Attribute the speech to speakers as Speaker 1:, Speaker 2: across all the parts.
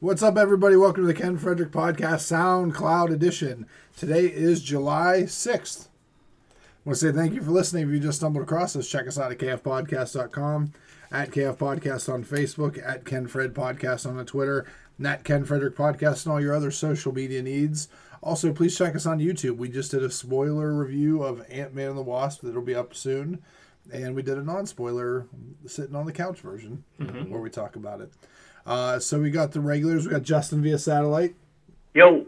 Speaker 1: What's up, everybody? Welcome to the Ken Frederick Podcast SoundCloud Edition. Today is July 6th. I want to say thank you for listening. If you just stumbled across us, check us out at kfpodcast.com, at KF Podcast on Facebook, at Ken Fred Podcast on the Twitter, and at Ken Frederick Podcast and all your other social media needs. Also, please check us on YouTube. We just did a spoiler review of Ant Man and the Wasp that'll be up soon. And we did a non spoiler sitting on the couch version where we talk about it. Uh, so we got the regulars. We got Justin via satellite.
Speaker 2: Yo,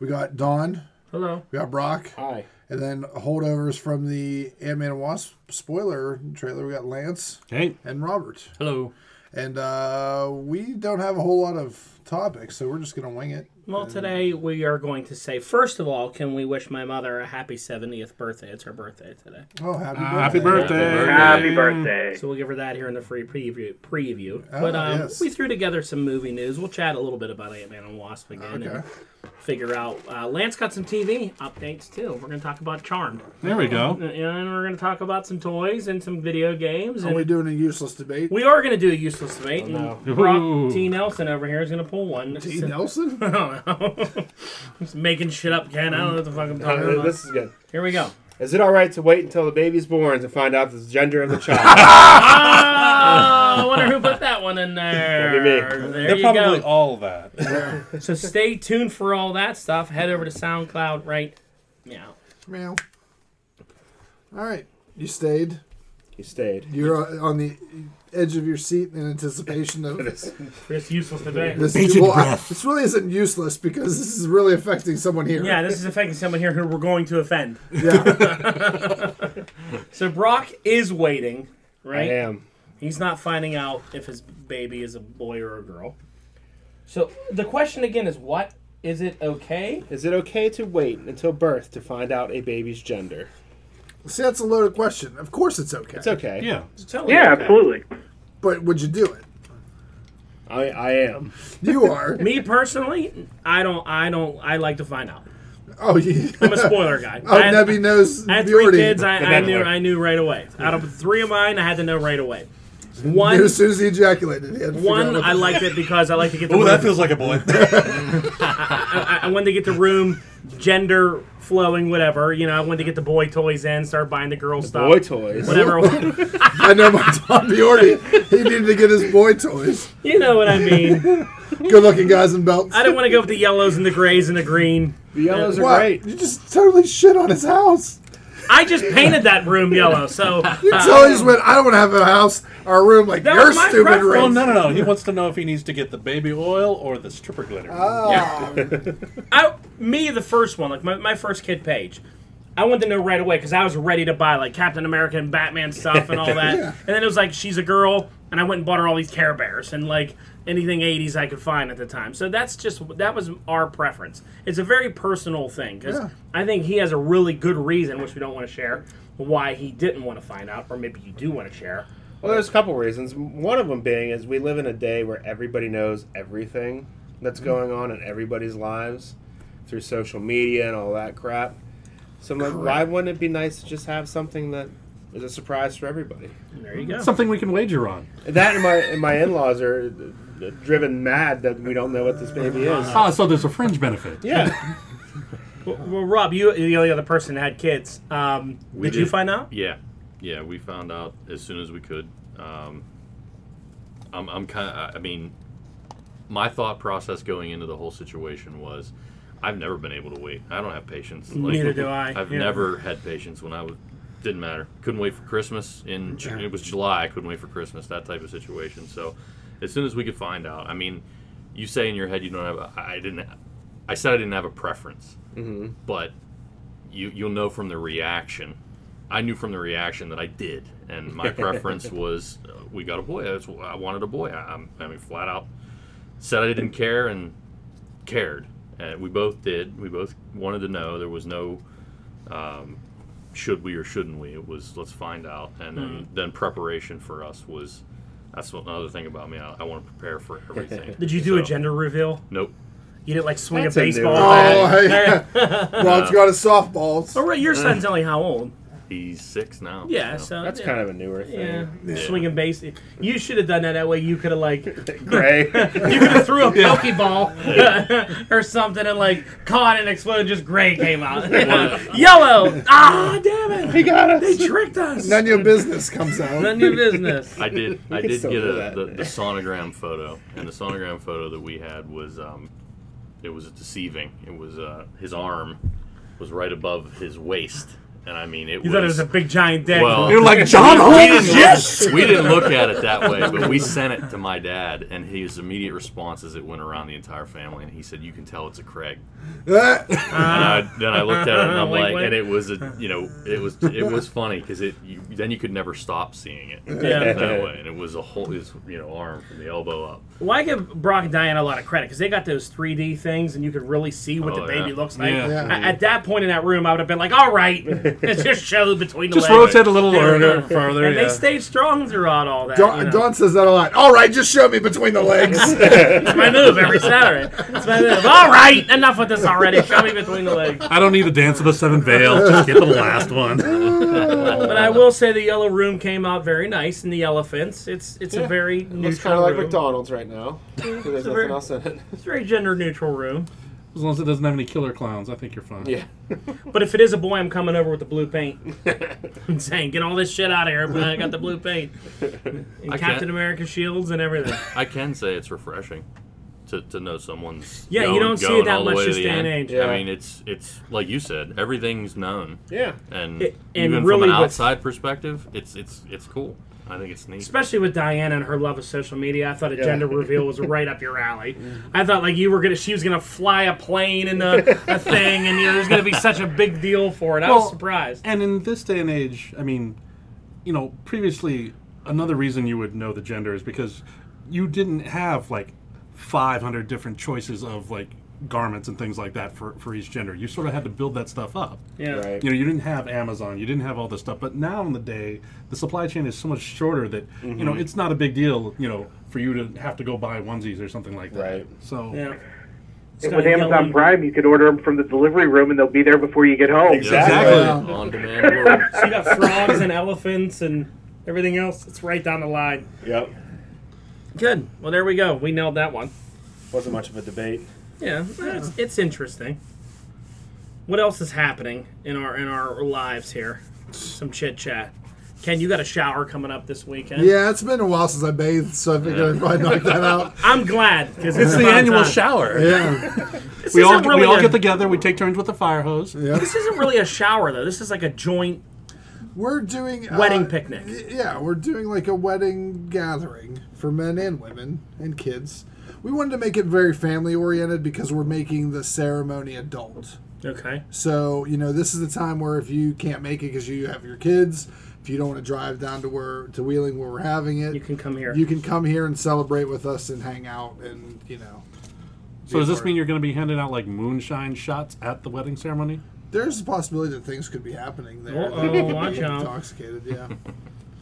Speaker 1: We got Don.
Speaker 3: Hello.
Speaker 1: We got Brock.
Speaker 3: Hi.
Speaker 1: And then holdovers from the Ant Man and Wasp spoiler trailer, we got Lance
Speaker 4: Hey,
Speaker 1: and Robert.
Speaker 3: Hello.
Speaker 1: And uh, we don't have a whole lot of topics, so we're just going to wing it.
Speaker 2: well, today we are going to say, first of all, can we wish my mother a happy 70th birthday? It's her birthday today.
Speaker 1: Oh, happy
Speaker 3: Ah,
Speaker 1: birthday.
Speaker 4: happy
Speaker 2: Happy
Speaker 4: birthday!
Speaker 2: birthday. So we'll give her that here in the free preview. preview. but
Speaker 1: Ah,
Speaker 2: um,
Speaker 1: yes.
Speaker 2: we threw together some movie news. We'll chat a little bit about Ant Man and Wasp again and
Speaker 1: Okay.
Speaker 2: figure out. Uh, Lance got some TV updates too. We're going to talk about Charmed.
Speaker 4: There we go.
Speaker 2: And we're going to talk about some toys and some video games.
Speaker 1: Are
Speaker 2: And
Speaker 1: Oh, we doing a useless debate?
Speaker 2: we are going to do a useless
Speaker 3: Oh,
Speaker 2: debate. And Brock
Speaker 4: Ooh.
Speaker 2: T. Nelson over here is going to pull one.
Speaker 1: T. Nelson?
Speaker 2: I don't know. Just making shit up, Ken. I don't know what the fuck I'm talking
Speaker 3: Uh,
Speaker 2: about.
Speaker 3: this is good.
Speaker 2: Here we go.
Speaker 3: Is it all right to wait until the baby's born to find out the gender of the child?
Speaker 2: Oh, I wonder who put that one in there.
Speaker 3: That'd be me.
Speaker 2: There
Speaker 4: They're
Speaker 2: you
Speaker 4: probably
Speaker 2: go.
Speaker 4: all that.
Speaker 2: So stay tuned for all that stuff. Head over to SoundCloud right now.
Speaker 1: Meow. All right. You stayed.
Speaker 3: he stayed.
Speaker 1: You're uh, on the edge of your seat in anticipation of this.
Speaker 2: It's useless debate.
Speaker 4: Bated
Speaker 1: well, I-
Speaker 4: breath.
Speaker 1: this really isn't useless because this is really affecting someone here.
Speaker 2: Yeah, this is affecting someone here who we're going to offend.
Speaker 1: yeah.
Speaker 2: So Brock is waiting,
Speaker 3: I
Speaker 2: right?
Speaker 3: am.
Speaker 2: He's not finding out if his baby is a boy or a girl. So the question again is what? Is it okay?
Speaker 3: Is it okay to wait until birth to find out a baby's gender?
Speaker 1: See, that's a loaded question. Of course it's okay.
Speaker 3: It's okay.
Speaker 4: Yeah.
Speaker 2: It's totally
Speaker 5: Yeah,
Speaker 2: okay.
Speaker 5: absolutely.
Speaker 1: But would you do it?
Speaker 3: I, I am.
Speaker 1: You are.
Speaker 2: Me personally, I don't. I don't. I like to find out.
Speaker 1: Oh, you.
Speaker 2: I'm a spoiler guy.
Speaker 1: Oh,
Speaker 2: I had,
Speaker 1: Nebby knows
Speaker 2: I had three
Speaker 1: Bjordi.
Speaker 2: kids. I, I
Speaker 3: that's
Speaker 2: knew.
Speaker 3: why.
Speaker 2: I knew right away. Out of three of mine, I had to know right away. One.
Speaker 1: as soon as he ejaculated, he had to figure out
Speaker 2: One,
Speaker 1: what
Speaker 2: I
Speaker 1: the-
Speaker 2: liked it because I like to get the
Speaker 4: Oh,
Speaker 2: room.
Speaker 4: that feels like a boy.
Speaker 2: I, I wanted to get the room gender flowing, whatever. You know, I wanted to get the boy toys in, start buying the girl stuff,
Speaker 3: Boy toys.
Speaker 2: whatever.
Speaker 1: I know my Tom Bjordi. He needed to get his boy toys.
Speaker 2: you know what I mean.
Speaker 1: Good-looking guys in belts.
Speaker 2: I didn't want to go with the yellows and the grays and the green.
Speaker 3: The yellows are
Speaker 1: Wow,
Speaker 3: great.
Speaker 1: You just totally shit on his house.
Speaker 2: I just painted that room yellow, so uh,
Speaker 1: You totally just went. I don't want to have a house or a room like
Speaker 2: That
Speaker 1: your
Speaker 2: was my
Speaker 1: stupid
Speaker 2: preference.
Speaker 4: Oh
Speaker 1: room.
Speaker 4: no no no! He wants to know if he needs to get the baby oil or the stripper glitter.
Speaker 3: Ah.
Speaker 1: Oh.
Speaker 2: I me the first one, like my, my first kid page. I wanted to know right away because I was ready to buy like Captain America and Batman stuff and all that.
Speaker 1: Yeah.
Speaker 2: And then it was like she's a girl, and I went and bought her all these Care Bears and like anything '80s I could find at the time. So that's just that was our preference. It's a very personal thing because
Speaker 1: Yeah.
Speaker 2: I think he has a really good reason, which we don't want to share, why he didn't want to find out, or maybe you do want to share.
Speaker 3: Well, there's a couple reasons. One of them being is we live in a day where everybody knows everything that's going on in everybody's lives through social media and all that crap. So I'm like, why wouldn't it be nice to just have something that is a surprise for everybody?
Speaker 2: There you go.
Speaker 4: Something we can wager on.
Speaker 3: That and my and my in-laws are uh, driven mad that we don't know what this baby is.
Speaker 4: Ah, so there's a fringe benefit.
Speaker 3: Yeah,
Speaker 2: Well, Rob, you you're the only other person that had kids. Um, did, you
Speaker 6: did.
Speaker 2: find out?
Speaker 6: Yeah, yeah, we found out as soon as we could. Um, I'm, I'm kind of, I mean, my thought process going into the whole situation was, I've never been able to wait. I don't have patience.
Speaker 2: Neither do I,
Speaker 6: I've
Speaker 2: yeah.
Speaker 6: never had patience when I was. Didn't matter. Couldn't wait for Christmas. In Ju- it was July. I couldn't wait for Christmas. That type of situation. So, as soon as we could find out, I mean, you say in your head you don't have. I I didn't. I said I didn't have a preference, but you you'll know from the reaction. I knew from the reaction that I did, and my preference was uh, we got a boy. That's, wh- I wanted a boy. I, I'm- I mean, flat out said I didn't care and cared. And we both did. We both wanted to know. There was no um, should we or shouldn't we. It was let's find out. And then, then preparation for us was that's what, another thing about me. I, I want to prepare for everything.
Speaker 2: Did you do a
Speaker 6: So,
Speaker 2: gender reveal?
Speaker 6: Nope.
Speaker 2: You didn't like swing
Speaker 3: That's
Speaker 2: a
Speaker 3: a
Speaker 2: baseball
Speaker 3: new
Speaker 2: bat.
Speaker 1: Oh, hey. Rob's got his softballs.
Speaker 2: Oh, right, your son's only how old?
Speaker 6: he's six now.
Speaker 2: Yeah,
Speaker 6: so.
Speaker 2: so
Speaker 3: That's
Speaker 2: yeah.
Speaker 3: kind of a newer thing.
Speaker 2: yeah.
Speaker 1: Yeah.
Speaker 2: swinging base. You should have done that that way. You could have like you
Speaker 3: Gray.
Speaker 2: could have threw a pokeball or something and like caught it and exploded. Just gray came out. Yellow. Ah, damn it!
Speaker 3: he got us.
Speaker 2: They tricked us.
Speaker 1: None of your business comes out.
Speaker 2: None of your business.
Speaker 6: I did. I
Speaker 3: can
Speaker 6: did
Speaker 3: still
Speaker 6: get
Speaker 3: do
Speaker 6: a
Speaker 3: that.
Speaker 6: the, the sonogram photo, and the sonogram photo that we had was um, it was deceiving. It was uh, his arm was right above his waist, and I mean it
Speaker 2: You
Speaker 6: was.
Speaker 2: thought it was a big giant dick.
Speaker 6: Well-
Speaker 4: You're like John Holmes, yes.
Speaker 6: we didn't look at it that way, but we sent it to my dad, and his immediate response is it went around the entire family, and he said, "You can tell it's a Craig."
Speaker 1: Ah,
Speaker 6: And I, then I looked at it, and I'm
Speaker 2: Wait,
Speaker 6: like,
Speaker 2: wait.
Speaker 6: and it was a, you know, it was it was funny because it you, then you could never stop seeing it
Speaker 2: Yeah.
Speaker 6: that way, and it was a whole his you know arm from the elbow up.
Speaker 2: Well, I give Brock and Diana a lot of credit because they got those 3D things and you could really see what
Speaker 6: Oh,
Speaker 2: the baby
Speaker 6: yeah.
Speaker 2: looks like.
Speaker 4: Yeah.
Speaker 1: Yeah.
Speaker 2: A- At that point in that room, I would have been like, all right, it's just showed between the
Speaker 4: Just
Speaker 2: legs.
Speaker 4: rotate a little
Speaker 2: Yeah.
Speaker 4: further, farther.
Speaker 2: And
Speaker 4: yeah.
Speaker 2: they stayed strong throughout all that.
Speaker 1: Don,
Speaker 2: you know.
Speaker 1: Don says that a lot. All right, just show me between the legs.
Speaker 2: It's my move every Saturday. It's my move. All right, enough with this already. Show me between the legs.
Speaker 4: I don't need the dance of the seven veil. Just get to the last one.
Speaker 2: But I will say the yellow room came out very nice, and the elephants. It's it's a
Speaker 3: Yeah.
Speaker 2: very neutral.
Speaker 3: It's kind of like
Speaker 2: room.
Speaker 3: McDonald's right now. 'cause There's
Speaker 2: very-
Speaker 3: nothing else in it.
Speaker 2: It's a very gender neutral room.
Speaker 4: As long as it doesn't have any killer clowns, I think you're fine.
Speaker 3: Yeah.
Speaker 2: But if it is a boy, I'm coming over with the blue paint. I'm saying, get all this shit out of here. But I got the blue paint and
Speaker 6: I
Speaker 2: Captain
Speaker 6: can't-
Speaker 2: America shields and everything.
Speaker 6: I can say it's refreshing to, to know someone's
Speaker 2: Yeah, you
Speaker 6: going-
Speaker 2: don't see
Speaker 6: going
Speaker 2: it that
Speaker 6: all the
Speaker 2: much
Speaker 6: way to
Speaker 2: this
Speaker 6: the
Speaker 2: day and
Speaker 6: end.
Speaker 2: age.
Speaker 3: Yeah.
Speaker 6: I mean, it's it's like you said, everything's known,
Speaker 3: Yeah.
Speaker 6: and,
Speaker 2: It- and
Speaker 6: even
Speaker 2: really
Speaker 6: from an
Speaker 2: with-
Speaker 6: outside perspective, it's it's it's cool. I think it's neat.
Speaker 2: Especially with Diana and her love of social media, I thought a
Speaker 3: Yeah.
Speaker 2: gender reveal was right up your alley. I thought like you were gonna, she was gonna fly a plane and a, a thing, and you know, there's gonna be such a big deal for it. I was
Speaker 4: Well,
Speaker 2: surprised.
Speaker 4: And in this day and age, I mean, you know, previously, another reason you would know the gender is because you didn't have like 500 different choices of like garments and things like that for, for each gender. You sort of had to build that stuff up.
Speaker 2: Yeah.
Speaker 3: Right.
Speaker 4: You know, you didn't have Amazon, you didn't have all this stuff. But now in the day, the supply chain is so much shorter that, you know, it's not a big deal, you know, for you to have to go buy onesies or something like that.
Speaker 3: Right.
Speaker 4: So,
Speaker 2: Yeah.
Speaker 5: And with Amazon Prime, you can order them from the delivery room, and they'll be there before you get home.
Speaker 6: Yeah.
Speaker 3: Exactly.
Speaker 1: Exactly.
Speaker 6: on demand world.
Speaker 2: So you got frogs and elephants and everything else. It's right down the line.
Speaker 3: Yep.
Speaker 2: Good. Well, there we go. We nailed that one.
Speaker 3: Wasn't much of a debate.
Speaker 2: Yeah, it's, it's interesting. What else is happening in our in our lives here? Some chit chat. Ken, you got a shower coming up this weekend.
Speaker 1: yeah, it's been a while since I bathed, so I figured I'd probably knock that out.
Speaker 2: I'm glad because it's,
Speaker 4: It's the
Speaker 2: about
Speaker 4: annual
Speaker 2: time.
Speaker 4: shower.
Speaker 1: Yeah,
Speaker 2: This
Speaker 4: We all,
Speaker 2: isn't really
Speaker 4: we all
Speaker 2: a-
Speaker 4: get together, we take turns with the fire hose.
Speaker 1: yeah.
Speaker 2: This isn't really a shower though. This is like a joint
Speaker 1: We're doing uh,
Speaker 2: wedding picnic.
Speaker 1: Yeah, we're doing like a wedding gathering for men and women and kids. We wanted to make it very family oriented because we're making the ceremony adult.
Speaker 2: Okay.
Speaker 1: So, you know, this is the time where if you can't make it because you have your kids, if you don't want to drive down to where to Wheeling where we're having it,
Speaker 2: You can come here.
Speaker 1: you can come here and celebrate with us and hang out and, you know.
Speaker 4: So does this
Speaker 1: Or-
Speaker 4: mean you're going to be handing out like moonshine shots at the wedding ceremony?
Speaker 1: There's a possibility that things could be happening there. that
Speaker 2: Uh-oh,
Speaker 1: could be
Speaker 2: watch out.
Speaker 1: Intoxicated, yeah.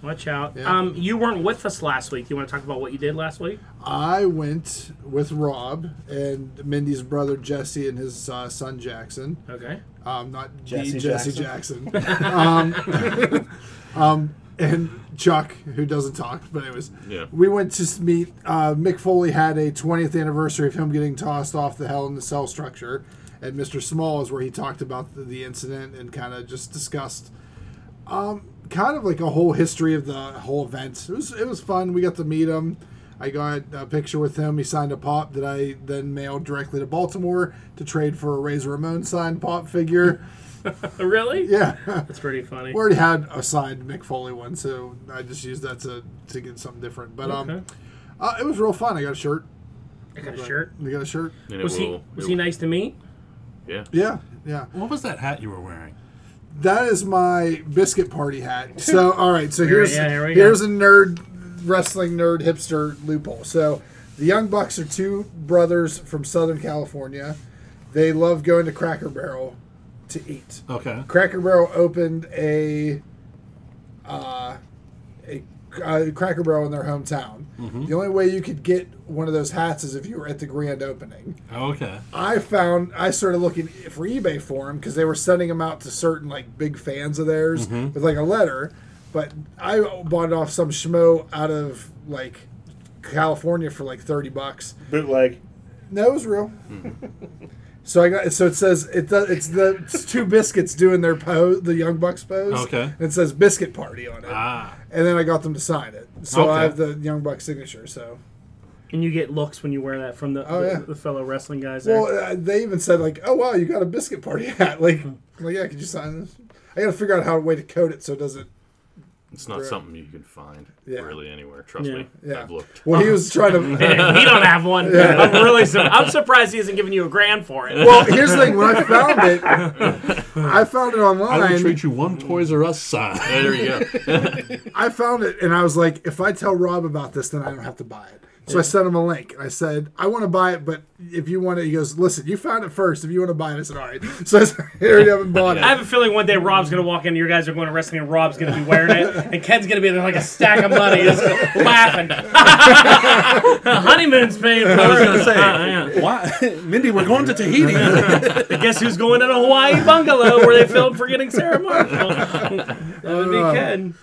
Speaker 2: Watch out.
Speaker 1: Yeah.
Speaker 2: Um, you weren't with us last week. You want to talk about what you did last week?
Speaker 1: I went with Rob and Mindy's brother Jesse and his uh, son Jackson.
Speaker 2: Okay.
Speaker 1: Um, not
Speaker 3: Jesse
Speaker 1: the Jesse Jackson. um, um, and Chuck, who doesn't talk, but anyways,
Speaker 6: Yeah.
Speaker 1: we went to s- meet. Uh, Mick Foley had a 20th anniversary of him getting tossed off the Hell in the Cell structure, and Mr. Small is where he talked about the, the incident and kind of just discussed um, kind of like a whole history of the whole event. It was it was fun. We got to meet him. I got a picture with him. He signed a pop that I then mailed directly to Baltimore to trade for a Razor Ramon signed pop figure.
Speaker 2: Oh, Really?
Speaker 1: Yeah,
Speaker 2: That's pretty funny.
Speaker 1: we already had a signed Mick Foley one, so I just used that to to get something different. But um,
Speaker 2: Okay.
Speaker 1: uh, it was real fun. I got a shirt.
Speaker 2: I got a shirt.
Speaker 1: I got a shirt.
Speaker 6: And it
Speaker 2: Was he
Speaker 6: will-
Speaker 2: was
Speaker 6: it
Speaker 2: he
Speaker 6: will-
Speaker 2: nice to meet?
Speaker 6: Yeah.
Speaker 1: Yeah, yeah.
Speaker 4: What was that hat you were wearing?
Speaker 1: That is my biscuit party hat. So all right, so here's
Speaker 2: yeah, here we go.
Speaker 1: here's a nerd wrestling nerd hipster loophole. So the Young Bucks are two brothers from Southern California. They love going to Cracker Barrel to eat.
Speaker 4: Okay.
Speaker 1: Cracker Barrel opened a uh, a uh, Cracker Barrel in their hometown. The only way you could get one of those hats is if you were at the grand opening.
Speaker 4: Okay.
Speaker 1: I found I started looking for eBay for them because they were sending them out to certain like big fans of theirs with like a letter. But I bought it off some schmo out of like California for like thirty bucks.
Speaker 3: Bootleg.
Speaker 1: No, it was real. so I got so it says it does it's the it's two biscuits doing their pose, the Young Bucks pose.
Speaker 4: Okay.
Speaker 1: And it says biscuit party on it.
Speaker 4: Ah.
Speaker 1: And then I got them to sign it. So
Speaker 4: Okay.
Speaker 1: I have the Young Buck signature. So
Speaker 2: And you get looks when you wear that from the,
Speaker 1: Oh,
Speaker 2: the,
Speaker 1: yeah.
Speaker 2: the fellow wrestling guys there.
Speaker 1: well, uh, they even said like, "Oh wow, you got a biscuit party hat." Like, like yeah, could you sign this? I got to figure out how way to code it so it doesn't.
Speaker 6: It's not something you can find
Speaker 1: Yeah.
Speaker 6: really anywhere. Trust me.
Speaker 1: Yeah.
Speaker 6: I've looked.
Speaker 1: Well, he was trying to.
Speaker 2: he don't have one. I'm really sur- I'm surprised he isn't giving you a grand for it.
Speaker 1: Well, here's the thing. When I found it, I found it online.
Speaker 4: I will treat you one Toys R Us sign.
Speaker 6: There you go.
Speaker 1: I found it and I was like, if I tell Rob about this, then I don't have to buy it. So I sent him a link and I said, I want to buy it, but if you want it, he goes, listen, you found it first. If you want to buy it, I said, all right. So I said, here you haven't bought
Speaker 2: I
Speaker 1: it.
Speaker 2: have a feeling one day Rob's gonna walk in, you guys are going to wrestling, and Rob's gonna be wearing it, and Ken's gonna be there like a stack of money, just laughing. Honeymoon's paid for.
Speaker 4: I was gonna say.
Speaker 2: Uh, yeah.
Speaker 4: Why, Mindy? We're going to Tahiti.
Speaker 2: But guess who's going to the Hawaii bungalow where they filmed Forgetting Sarah Marshall? that would be
Speaker 4: Uh.
Speaker 2: Ken.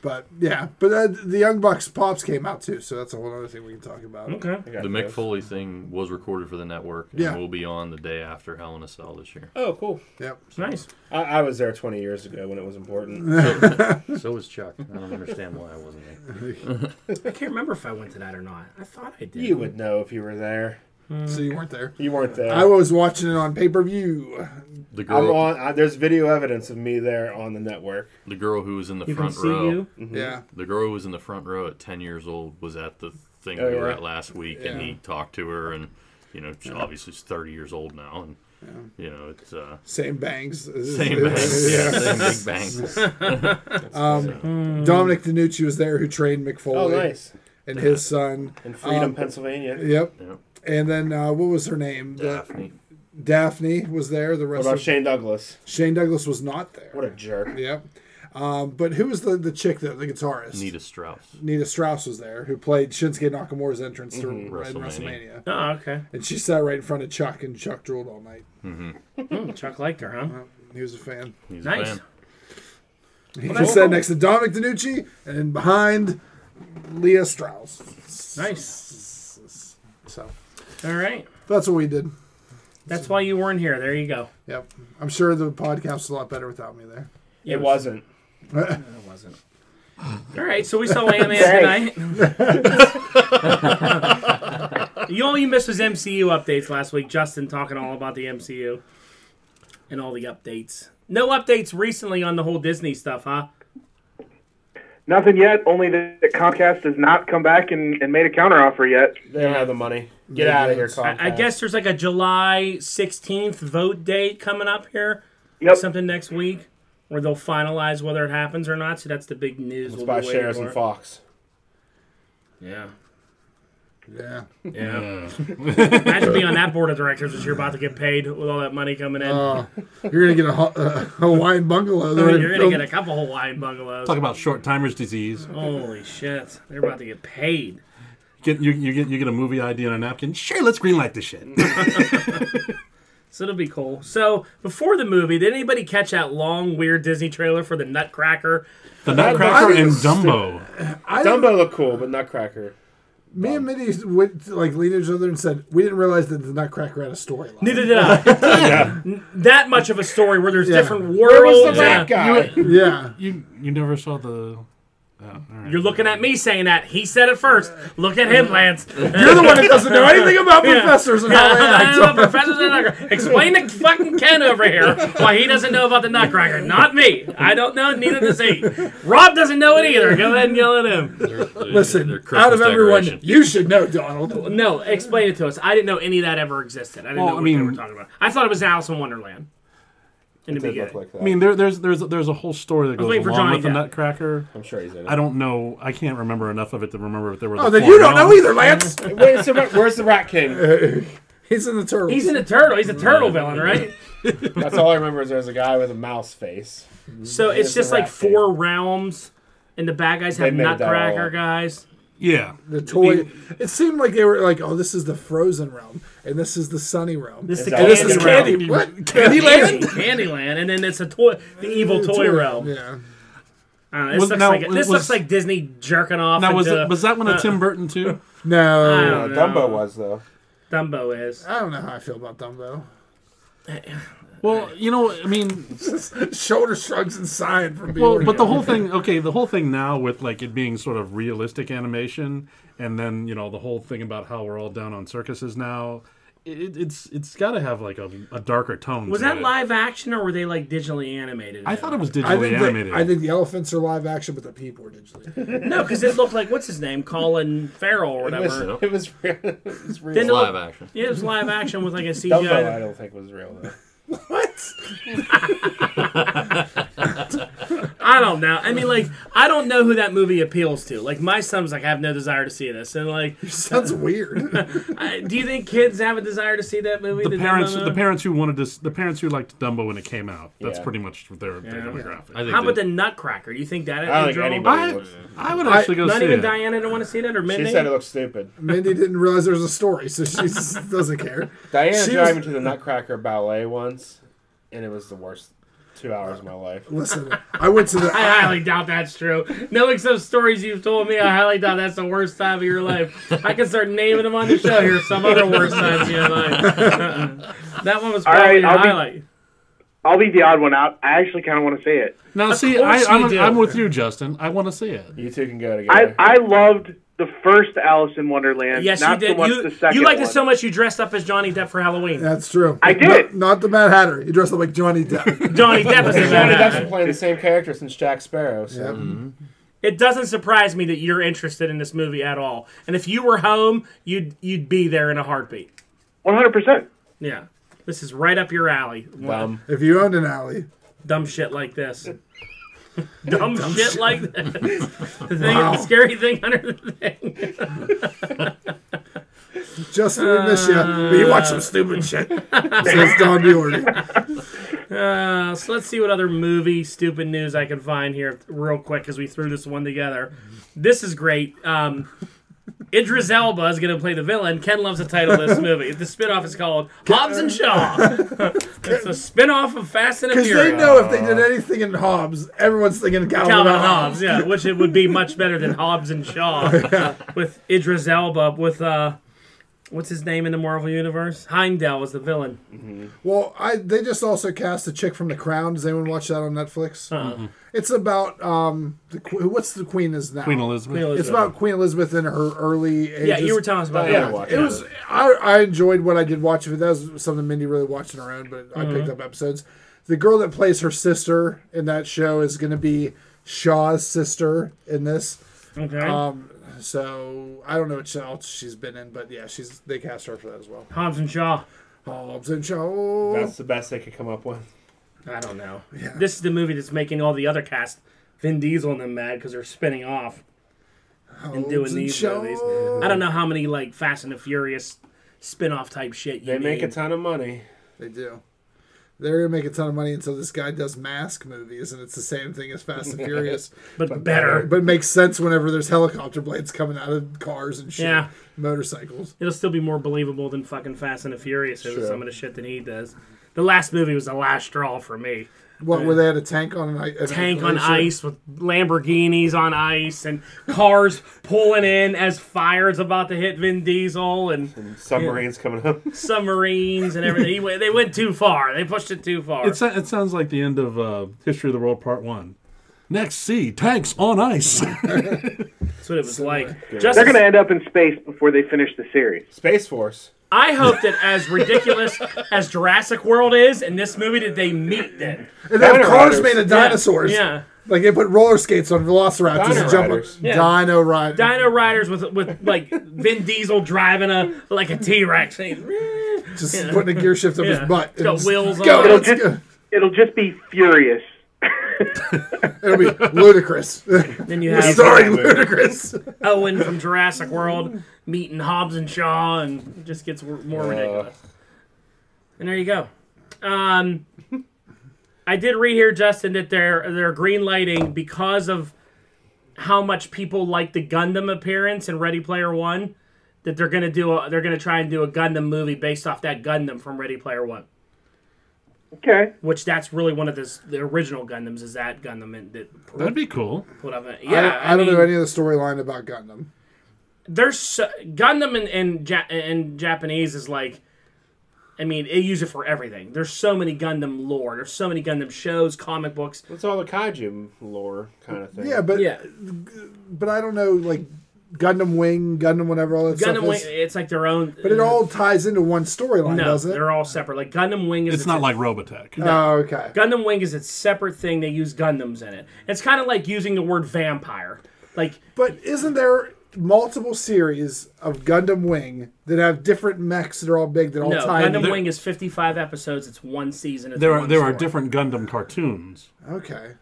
Speaker 1: But yeah, but uh, the Young Bucks Pops came out too. So that's a whole other thing we can talk about.
Speaker 2: Okay.
Speaker 3: I got
Speaker 6: The Mick
Speaker 3: those.
Speaker 6: Foley thing was recorded for the network and
Speaker 1: Yeah.
Speaker 6: will be on the day after Hell in a Cell this year.
Speaker 3: Oh, cool.
Speaker 1: Yep.
Speaker 2: Nice.
Speaker 3: I, I was there 20 years ago when it was important.
Speaker 6: So was Chuck. I don't understand why I wasn't there.
Speaker 2: I can't remember if I went to that or not. I thought I did.
Speaker 3: you would know if you were there.
Speaker 1: So you weren't there.
Speaker 3: You weren't there.
Speaker 1: I was watching it on pay per view.
Speaker 6: The girl,
Speaker 3: I'm on. I, there's video evidence of me there on the network.
Speaker 6: the girl who was in the
Speaker 2: You can
Speaker 6: front
Speaker 2: see
Speaker 6: row,
Speaker 2: you.
Speaker 1: Yeah.
Speaker 6: the girl who was in the front row at 10 years old was at the thing
Speaker 3: Oh,
Speaker 6: we were
Speaker 3: right.
Speaker 6: at last week and he talked to her and you know she obviously she's 30 years old now and you know it's uh
Speaker 1: Same bangs.
Speaker 6: same bangs yeah same big bangs
Speaker 1: Dominic DiNucci was there, who trained McFoley
Speaker 3: Oh, nice.
Speaker 1: and his son.
Speaker 3: In Freedom,
Speaker 1: Um,
Speaker 3: Pennsylvania.
Speaker 1: Yep.
Speaker 6: Yeah.
Speaker 1: And then uh, what was her name? The-
Speaker 6: Daphne
Speaker 1: Daphne was there. The
Speaker 3: What
Speaker 1: rest
Speaker 3: about
Speaker 1: of
Speaker 3: Shane Douglas?
Speaker 1: Shane Douglas was not there.
Speaker 3: What a jerk.
Speaker 1: Yep. Um, but who was the, the chick that the guitarist?
Speaker 6: Nita Strauss
Speaker 1: Nita Strauss was there, who played Shinsuke Nakamura's entrance to in
Speaker 6: Mm-hmm.
Speaker 1: WrestleMania,
Speaker 6: WrestleMania.
Speaker 2: Oh, okay.
Speaker 1: and she sat right in front of Chuck, and Chuck drooled all night.
Speaker 2: Hmm, Chuck liked her, huh?
Speaker 1: He was a fan.
Speaker 6: He's a
Speaker 2: Nice.
Speaker 6: fan.
Speaker 1: He
Speaker 2: that's
Speaker 1: sat
Speaker 2: cool.
Speaker 1: next to Dominic DiNucci, and behind Leah Strauss.
Speaker 2: Nice.
Speaker 1: So
Speaker 2: All right.
Speaker 1: that's what we did.
Speaker 2: That's why you weren't here. There you go.
Speaker 1: Yep. I'm sure the podcast was a lot better without me there.
Speaker 3: It wasn't.
Speaker 2: It wasn't. All right, so we saw Ant Man tonight. you all you missed was MCU updates last week. Justin talking all about the MCU and all the updates. No updates recently on the whole Disney stuff, huh?
Speaker 5: Nothing yet. Only that that Comcast has not come back and, and made a counteroffer yet.
Speaker 3: They don't have the money. Get out of here, Comcast.
Speaker 2: I, I guess there's like a July 16th vote date coming up here,
Speaker 5: Yep.
Speaker 2: something next week, where they'll finalize whether it happens or not. So that's the big news.
Speaker 3: Let's
Speaker 2: we'll
Speaker 3: buy
Speaker 2: be waiting
Speaker 3: shares in
Speaker 2: for.
Speaker 3: Fox.
Speaker 2: Yeah,
Speaker 1: Yeah.
Speaker 2: yeah.
Speaker 6: Mm.
Speaker 2: Imagine being on that board of directors that you're about to get paid with all that money coming in.
Speaker 1: Uh, you're gonna get a, Ho- uh, Hawaiian bungalow.
Speaker 2: I
Speaker 1: There
Speaker 2: mean, you're gonna get a couple Hawaiian bungalows.
Speaker 4: Talk about short timers disease.
Speaker 2: Holy shit! They're about to get paid.
Speaker 4: Get you, you get you get a movie idea on a napkin. Sure, let's greenlight this shit.
Speaker 2: So it'll be cool. So before the movie, did anybody catch that long, weird Disney trailer for the Nutcracker?
Speaker 4: The Nutcracker
Speaker 1: I
Speaker 4: and
Speaker 1: was-
Speaker 4: Dumbo.
Speaker 1: I didn't-
Speaker 3: Dumbo looked cool, but Nutcracker.
Speaker 1: Me and Minnie went to, like leaned each other and said we didn't realize that the Nutcracker had a storyline.
Speaker 2: Neither did I. N- That much of a story where there's different worlds.
Speaker 3: Where was the
Speaker 2: Yeah.
Speaker 3: rat guy?
Speaker 1: Yeah,
Speaker 4: You you never saw the. Oh, all right.
Speaker 2: You're looking at me saying that. He said it first. Look at him, Lance.
Speaker 1: you're the one that doesn't know anything about professors and how they
Speaker 2: I
Speaker 1: act.
Speaker 2: don't know, Professor Nutcracker. Explain to fucking Ken over here why he doesn't know about the Nutcracker. Not me. I don't know. Neither does he. Rob doesn't know it either. Go ahead and yell at him.
Speaker 6: They're- they're-
Speaker 1: Listen,
Speaker 6: they're Christmas
Speaker 1: out of everyone,
Speaker 6: decoration.
Speaker 1: you should know Donald.
Speaker 2: No, explain it to us. I didn't know any of that ever existed. I didn't
Speaker 4: Well,
Speaker 2: know
Speaker 4: I
Speaker 2: what they
Speaker 4: mean-
Speaker 2: were talking about. I thought it was Alice in Wonderland in the
Speaker 3: It did look
Speaker 2: beginning.
Speaker 3: like that.
Speaker 4: I mean, there, there's there's there's a whole story that goes
Speaker 2: waiting
Speaker 4: along
Speaker 2: for Johnny
Speaker 4: with the
Speaker 2: Depp.
Speaker 4: Nutcracker.
Speaker 3: I'm sure he's in it.
Speaker 4: I don't know. I can't remember enough of it to remember if there were.
Speaker 1: Oh, then you don't know either, Lance.
Speaker 3: Wait, so where- where's the Rat King?
Speaker 1: He's in the turtles.
Speaker 2: He's in a turtle. He's a
Speaker 3: Mm-hmm.
Speaker 2: turtle villain, right?
Speaker 3: That's all I remember is there's a guy with a mouse face.
Speaker 2: So it's
Speaker 3: It's a
Speaker 2: just like
Speaker 3: rat thing.
Speaker 2: four realms, and the bad guys
Speaker 3: They
Speaker 2: have
Speaker 3: made that all
Speaker 2: nutcracker
Speaker 3: up.
Speaker 2: guys.
Speaker 4: Yeah.
Speaker 1: The toy. It seemed like they were like, oh, this is the frozen realm, and this is the sunny realm,
Speaker 2: This is
Speaker 3: It's
Speaker 2: the
Speaker 3: all
Speaker 1: and this is
Speaker 2: candy realm.
Speaker 1: candy. What Candyland?
Speaker 2: Candyland, and then it's a toy, the evil toy, realm.
Speaker 1: Yeah.
Speaker 2: I don't know, this
Speaker 4: Was-
Speaker 2: looks
Speaker 4: now,
Speaker 2: like this
Speaker 4: was-
Speaker 2: looks like Disney jerking off.
Speaker 4: Now was
Speaker 2: into
Speaker 4: it, was that one of
Speaker 2: uh,
Speaker 4: Tim Burton too?
Speaker 2: I
Speaker 1: No,
Speaker 2: don't
Speaker 3: Uh,
Speaker 2: know.
Speaker 3: Dumbo was though.
Speaker 2: Dumbo is.
Speaker 1: I don't know how I feel about Dumbo.
Speaker 4: Well, you know, I mean,
Speaker 1: Shoulder shrugs and sighing from being.
Speaker 4: well, but the whole thing, okay, the whole thing now with like it being sort of realistic animation, and then you know the whole thing about how we're all down on circuses now, it, it's it's got to have like a, a darker tone.
Speaker 2: Was
Speaker 4: to
Speaker 2: that
Speaker 4: it.
Speaker 2: live action or were they like digitally animated?
Speaker 4: I thought it was
Speaker 1: I
Speaker 4: digitally
Speaker 1: think,
Speaker 4: animated.
Speaker 1: the, I think the elephants are live action, but the people are digitally.
Speaker 2: no, because it looked like what's his name, Colin Farrell or
Speaker 3: It was,
Speaker 2: whatever.
Speaker 6: Whatever.
Speaker 3: it was real. It was real.
Speaker 2: Didn't it
Speaker 6: Live action.
Speaker 2: Yeah, it was live action with like a
Speaker 3: Dumbo, I
Speaker 2: CGI.
Speaker 3: don't think was real though.
Speaker 1: what?
Speaker 2: I don't know. I mean, like, I don't know who that movie appeals to. Like, my son's like, I have no desire to see this, and like,
Speaker 1: Sounds weird.
Speaker 2: I, do you think kids have a desire to see that movie?
Speaker 4: the
Speaker 2: Dumbo
Speaker 4: parents, the
Speaker 2: movie?
Speaker 4: parents who wanted this, the parents who liked Dumbo when it came out. That's
Speaker 3: Yeah.
Speaker 4: pretty much their, their
Speaker 2: Yeah.
Speaker 4: demographic.
Speaker 6: I think
Speaker 2: How about
Speaker 6: they-
Speaker 2: the Nutcracker? You think that?
Speaker 3: I don't think
Speaker 2: drove-
Speaker 3: anybody.
Speaker 4: I,
Speaker 3: Looks,
Speaker 4: I would actually go
Speaker 2: Not
Speaker 4: see
Speaker 2: even
Speaker 4: it.
Speaker 2: Diana didn't want to see that, or
Speaker 3: she
Speaker 2: Mindy.
Speaker 3: said it looked stupid.
Speaker 1: Mindy didn't realize there was a story, so she just doesn't care.
Speaker 3: Diana
Speaker 1: She
Speaker 3: drove
Speaker 1: was-
Speaker 3: me to the Nutcracker ballet once, and it was the worst two hours of my life.
Speaker 1: Listen, I went to the.
Speaker 2: I highly doubt that's true. Knowing some stories you've told me, I highly doubt that's the worst time of your life. I can start naming them on the show here. Some other worst times of your life. that one was
Speaker 5: All right,
Speaker 2: probably your
Speaker 5: I'll be-
Speaker 2: highlight.
Speaker 5: I'll leave the odd one out. I actually kind of want to say it.
Speaker 4: Now, see, I,
Speaker 2: course you
Speaker 4: I'm,
Speaker 2: do.
Speaker 4: I'm with you, Justin. I want to see it.
Speaker 3: You two can go
Speaker 5: I,
Speaker 3: together.
Speaker 5: I loved the first Alice in Wonderland.
Speaker 2: Yes,
Speaker 5: not
Speaker 2: you did.
Speaker 5: So much
Speaker 2: you
Speaker 5: the second
Speaker 2: you liked
Speaker 5: one.
Speaker 2: it so much you dressed up as Johnny Depp for Halloween.
Speaker 1: That's true.
Speaker 5: I
Speaker 1: Not,
Speaker 5: did.
Speaker 1: not the Mad Hatter. He dressed up like Johnny Depp.
Speaker 2: Johnny Depp is a
Speaker 3: Johnny Depp's
Speaker 2: badass.
Speaker 3: been playing the same character since Jack Sparrow. So
Speaker 2: It doesn't surprise me that you're interested in this movie at all. And if you were home, you'd you'd be there in a heartbeat.
Speaker 5: One hundred percent.
Speaker 2: Yeah. This is right up your alley.
Speaker 3: dumb.
Speaker 1: if you owned an alley,
Speaker 2: dumb shit like this. dumb, shit, like this. the, thing, the scary thing under the thing.
Speaker 1: Justin, we miss you, but you watch some stupid shit. Says Don Bjorn.
Speaker 2: Uh, so let's see what other movie stupid news I can find here real quick because we threw this one together. This is great. Um, Idris Elba is going to play the villain. Ken loves the title of this movie. The spinoff is called Hobbs and Shaw. it's a spinoff of Fast and the
Speaker 1: Because they
Speaker 2: Furious.
Speaker 1: know if they did anything in Hobbs, everyone's thinking Calvin,
Speaker 2: Calvin
Speaker 1: and
Speaker 2: Hobbs, yeah, which it would be much better than Hobbs and Shaw with Idris Elba with uh, what's his name in the Marvel universe? Heimdall was the villain.
Speaker 1: Well, I they just also cast the chick from The Crown. Does anyone watch that on Netflix?
Speaker 2: Uh-huh.
Speaker 1: It's about um, the, que- what's the queen is now?
Speaker 4: Queen Elizabeth.
Speaker 1: It's about Queen Elizabeth in her early ages.
Speaker 2: yeah, you were telling us about
Speaker 3: Yeah.
Speaker 2: that.
Speaker 3: watch
Speaker 1: It was. I, I enjoyed what I did watch of it. That was something Mindy really watched on her own, but I
Speaker 2: Mm-hmm.
Speaker 1: picked up episodes. The girl that plays her sister in that show is going to be Shaw's sister in this.
Speaker 2: Okay.
Speaker 1: Um, so I don't know what else she's been in, but yeah, she's they cast her for that as well.
Speaker 2: Hobbs and Shaw.
Speaker 1: Hobbs and Shaw.
Speaker 3: That's the best they could come up with.
Speaker 2: I don't know. This is the movie that's making all the other cast, Vin Diesel and them mad because they're spinning off and doing
Speaker 1: Hobbs and
Speaker 2: these
Speaker 1: Shaw.
Speaker 2: movies. I don't know how many like Fast and the Furious spin-off type shit you
Speaker 3: They make a
Speaker 2: need.
Speaker 3: ton of money.
Speaker 1: They do. They're gonna make a ton of money until this guy does mask movies, and it's the same thing as Fast and Furious,
Speaker 2: but, better.
Speaker 1: but it makes sense whenever there's helicopter blades coming out of cars and shit,
Speaker 2: Yeah.
Speaker 1: motorcycles.
Speaker 2: It'll still be more believable than fucking Fast and the Furious is
Speaker 3: Sure.
Speaker 2: some of the shit that he does. The last movie was the last straw for me.
Speaker 1: What where they had a tank on an ice?
Speaker 2: Tank on ice with Lamborghinis on ice and cars pulling in as fire is about to hit Vin Diesel and
Speaker 3: Submarines coming up.
Speaker 2: submarines and everything. He went- they went too far. They pushed it too far.
Speaker 4: It, sa- it sounds like the end of uh, History of the World Part One. Next, see tanks on ice.
Speaker 2: That's what it was like.
Speaker 5: They're
Speaker 2: Justin,
Speaker 5: going to end up in space before they finish the series.
Speaker 3: Space Force.
Speaker 2: I hope that as ridiculous as Jurassic World is in this movie, that they meet then.
Speaker 1: And they have
Speaker 3: Dino
Speaker 1: cars
Speaker 3: Riders.
Speaker 1: made of
Speaker 2: Yeah,
Speaker 1: dinosaurs.
Speaker 2: yeah.
Speaker 1: Like they put roller skates on velociraptors
Speaker 3: Dino
Speaker 1: and jump on
Speaker 3: Riders.
Speaker 2: Yeah.
Speaker 1: Dino Rider.
Speaker 2: Dino Riders with with like Vin Diesel driving a like a T Rex.
Speaker 1: just putting a gear shift up
Speaker 2: Yeah.
Speaker 1: his butt.
Speaker 2: It's got
Speaker 1: and just
Speaker 2: wheels on
Speaker 1: go,
Speaker 2: it.
Speaker 1: let's
Speaker 5: It'll
Speaker 1: go.
Speaker 5: just- It'll just be furious.
Speaker 1: It'll be ludicrous.
Speaker 2: Then you have
Speaker 1: Sorry, ludicrous.
Speaker 2: Owen from Jurassic World meeting Hobbs and Shaw, and it just gets w-
Speaker 1: Uh.
Speaker 2: more ridiculous. And there you go. Um, I did read here, Justin, that they're they're green lighting because of how much people like the Gundam appearance in Ready Player One that they're gonna do. A, they're gonna try and do a Gundam movie based off that Gundam from Ready Player One,
Speaker 5: Okay.
Speaker 2: which that's really one of the s- the original Gundams is that Gundam in- that
Speaker 4: That'd be cool.
Speaker 2: put up. a-
Speaker 1: I,
Speaker 2: Yeah,
Speaker 1: don't- I don't
Speaker 2: mean,
Speaker 1: know any of the storyline about Gundam.
Speaker 2: there's so, Gundam in in, ja- in Japanese is like, I mean, they use it for everything. There's so many Gundam lore. There's so many Gundam shows, comic books.
Speaker 3: It's all the kaiju lore kind of thing.
Speaker 1: Yeah, but
Speaker 2: Yeah,
Speaker 1: but I don't know like Gundam Wing, Gundam whatever, all that
Speaker 2: Gundam
Speaker 1: stuff
Speaker 2: Wing.
Speaker 1: is.
Speaker 2: It's like their own.
Speaker 1: But it all ties into one storyline,
Speaker 2: no,
Speaker 1: doesn't it?
Speaker 2: they're all separate. Like Gundam Wing is
Speaker 4: It's not like Robotech.
Speaker 1: Oh, okay.
Speaker 2: Gundam Wing is its separate thing. They use Gundams in it. It's kind of like using the word vampire. Like
Speaker 1: But isn't there multiple series of Gundam Wing that have different mechs that are all big that all
Speaker 2: no,
Speaker 1: tie
Speaker 2: Gundam
Speaker 1: into?
Speaker 2: Wing is 55 episodes. It's one season. It's
Speaker 4: There are
Speaker 2: one
Speaker 4: there are
Speaker 2: story.
Speaker 4: different Gundam cartoons.
Speaker 1: Okay,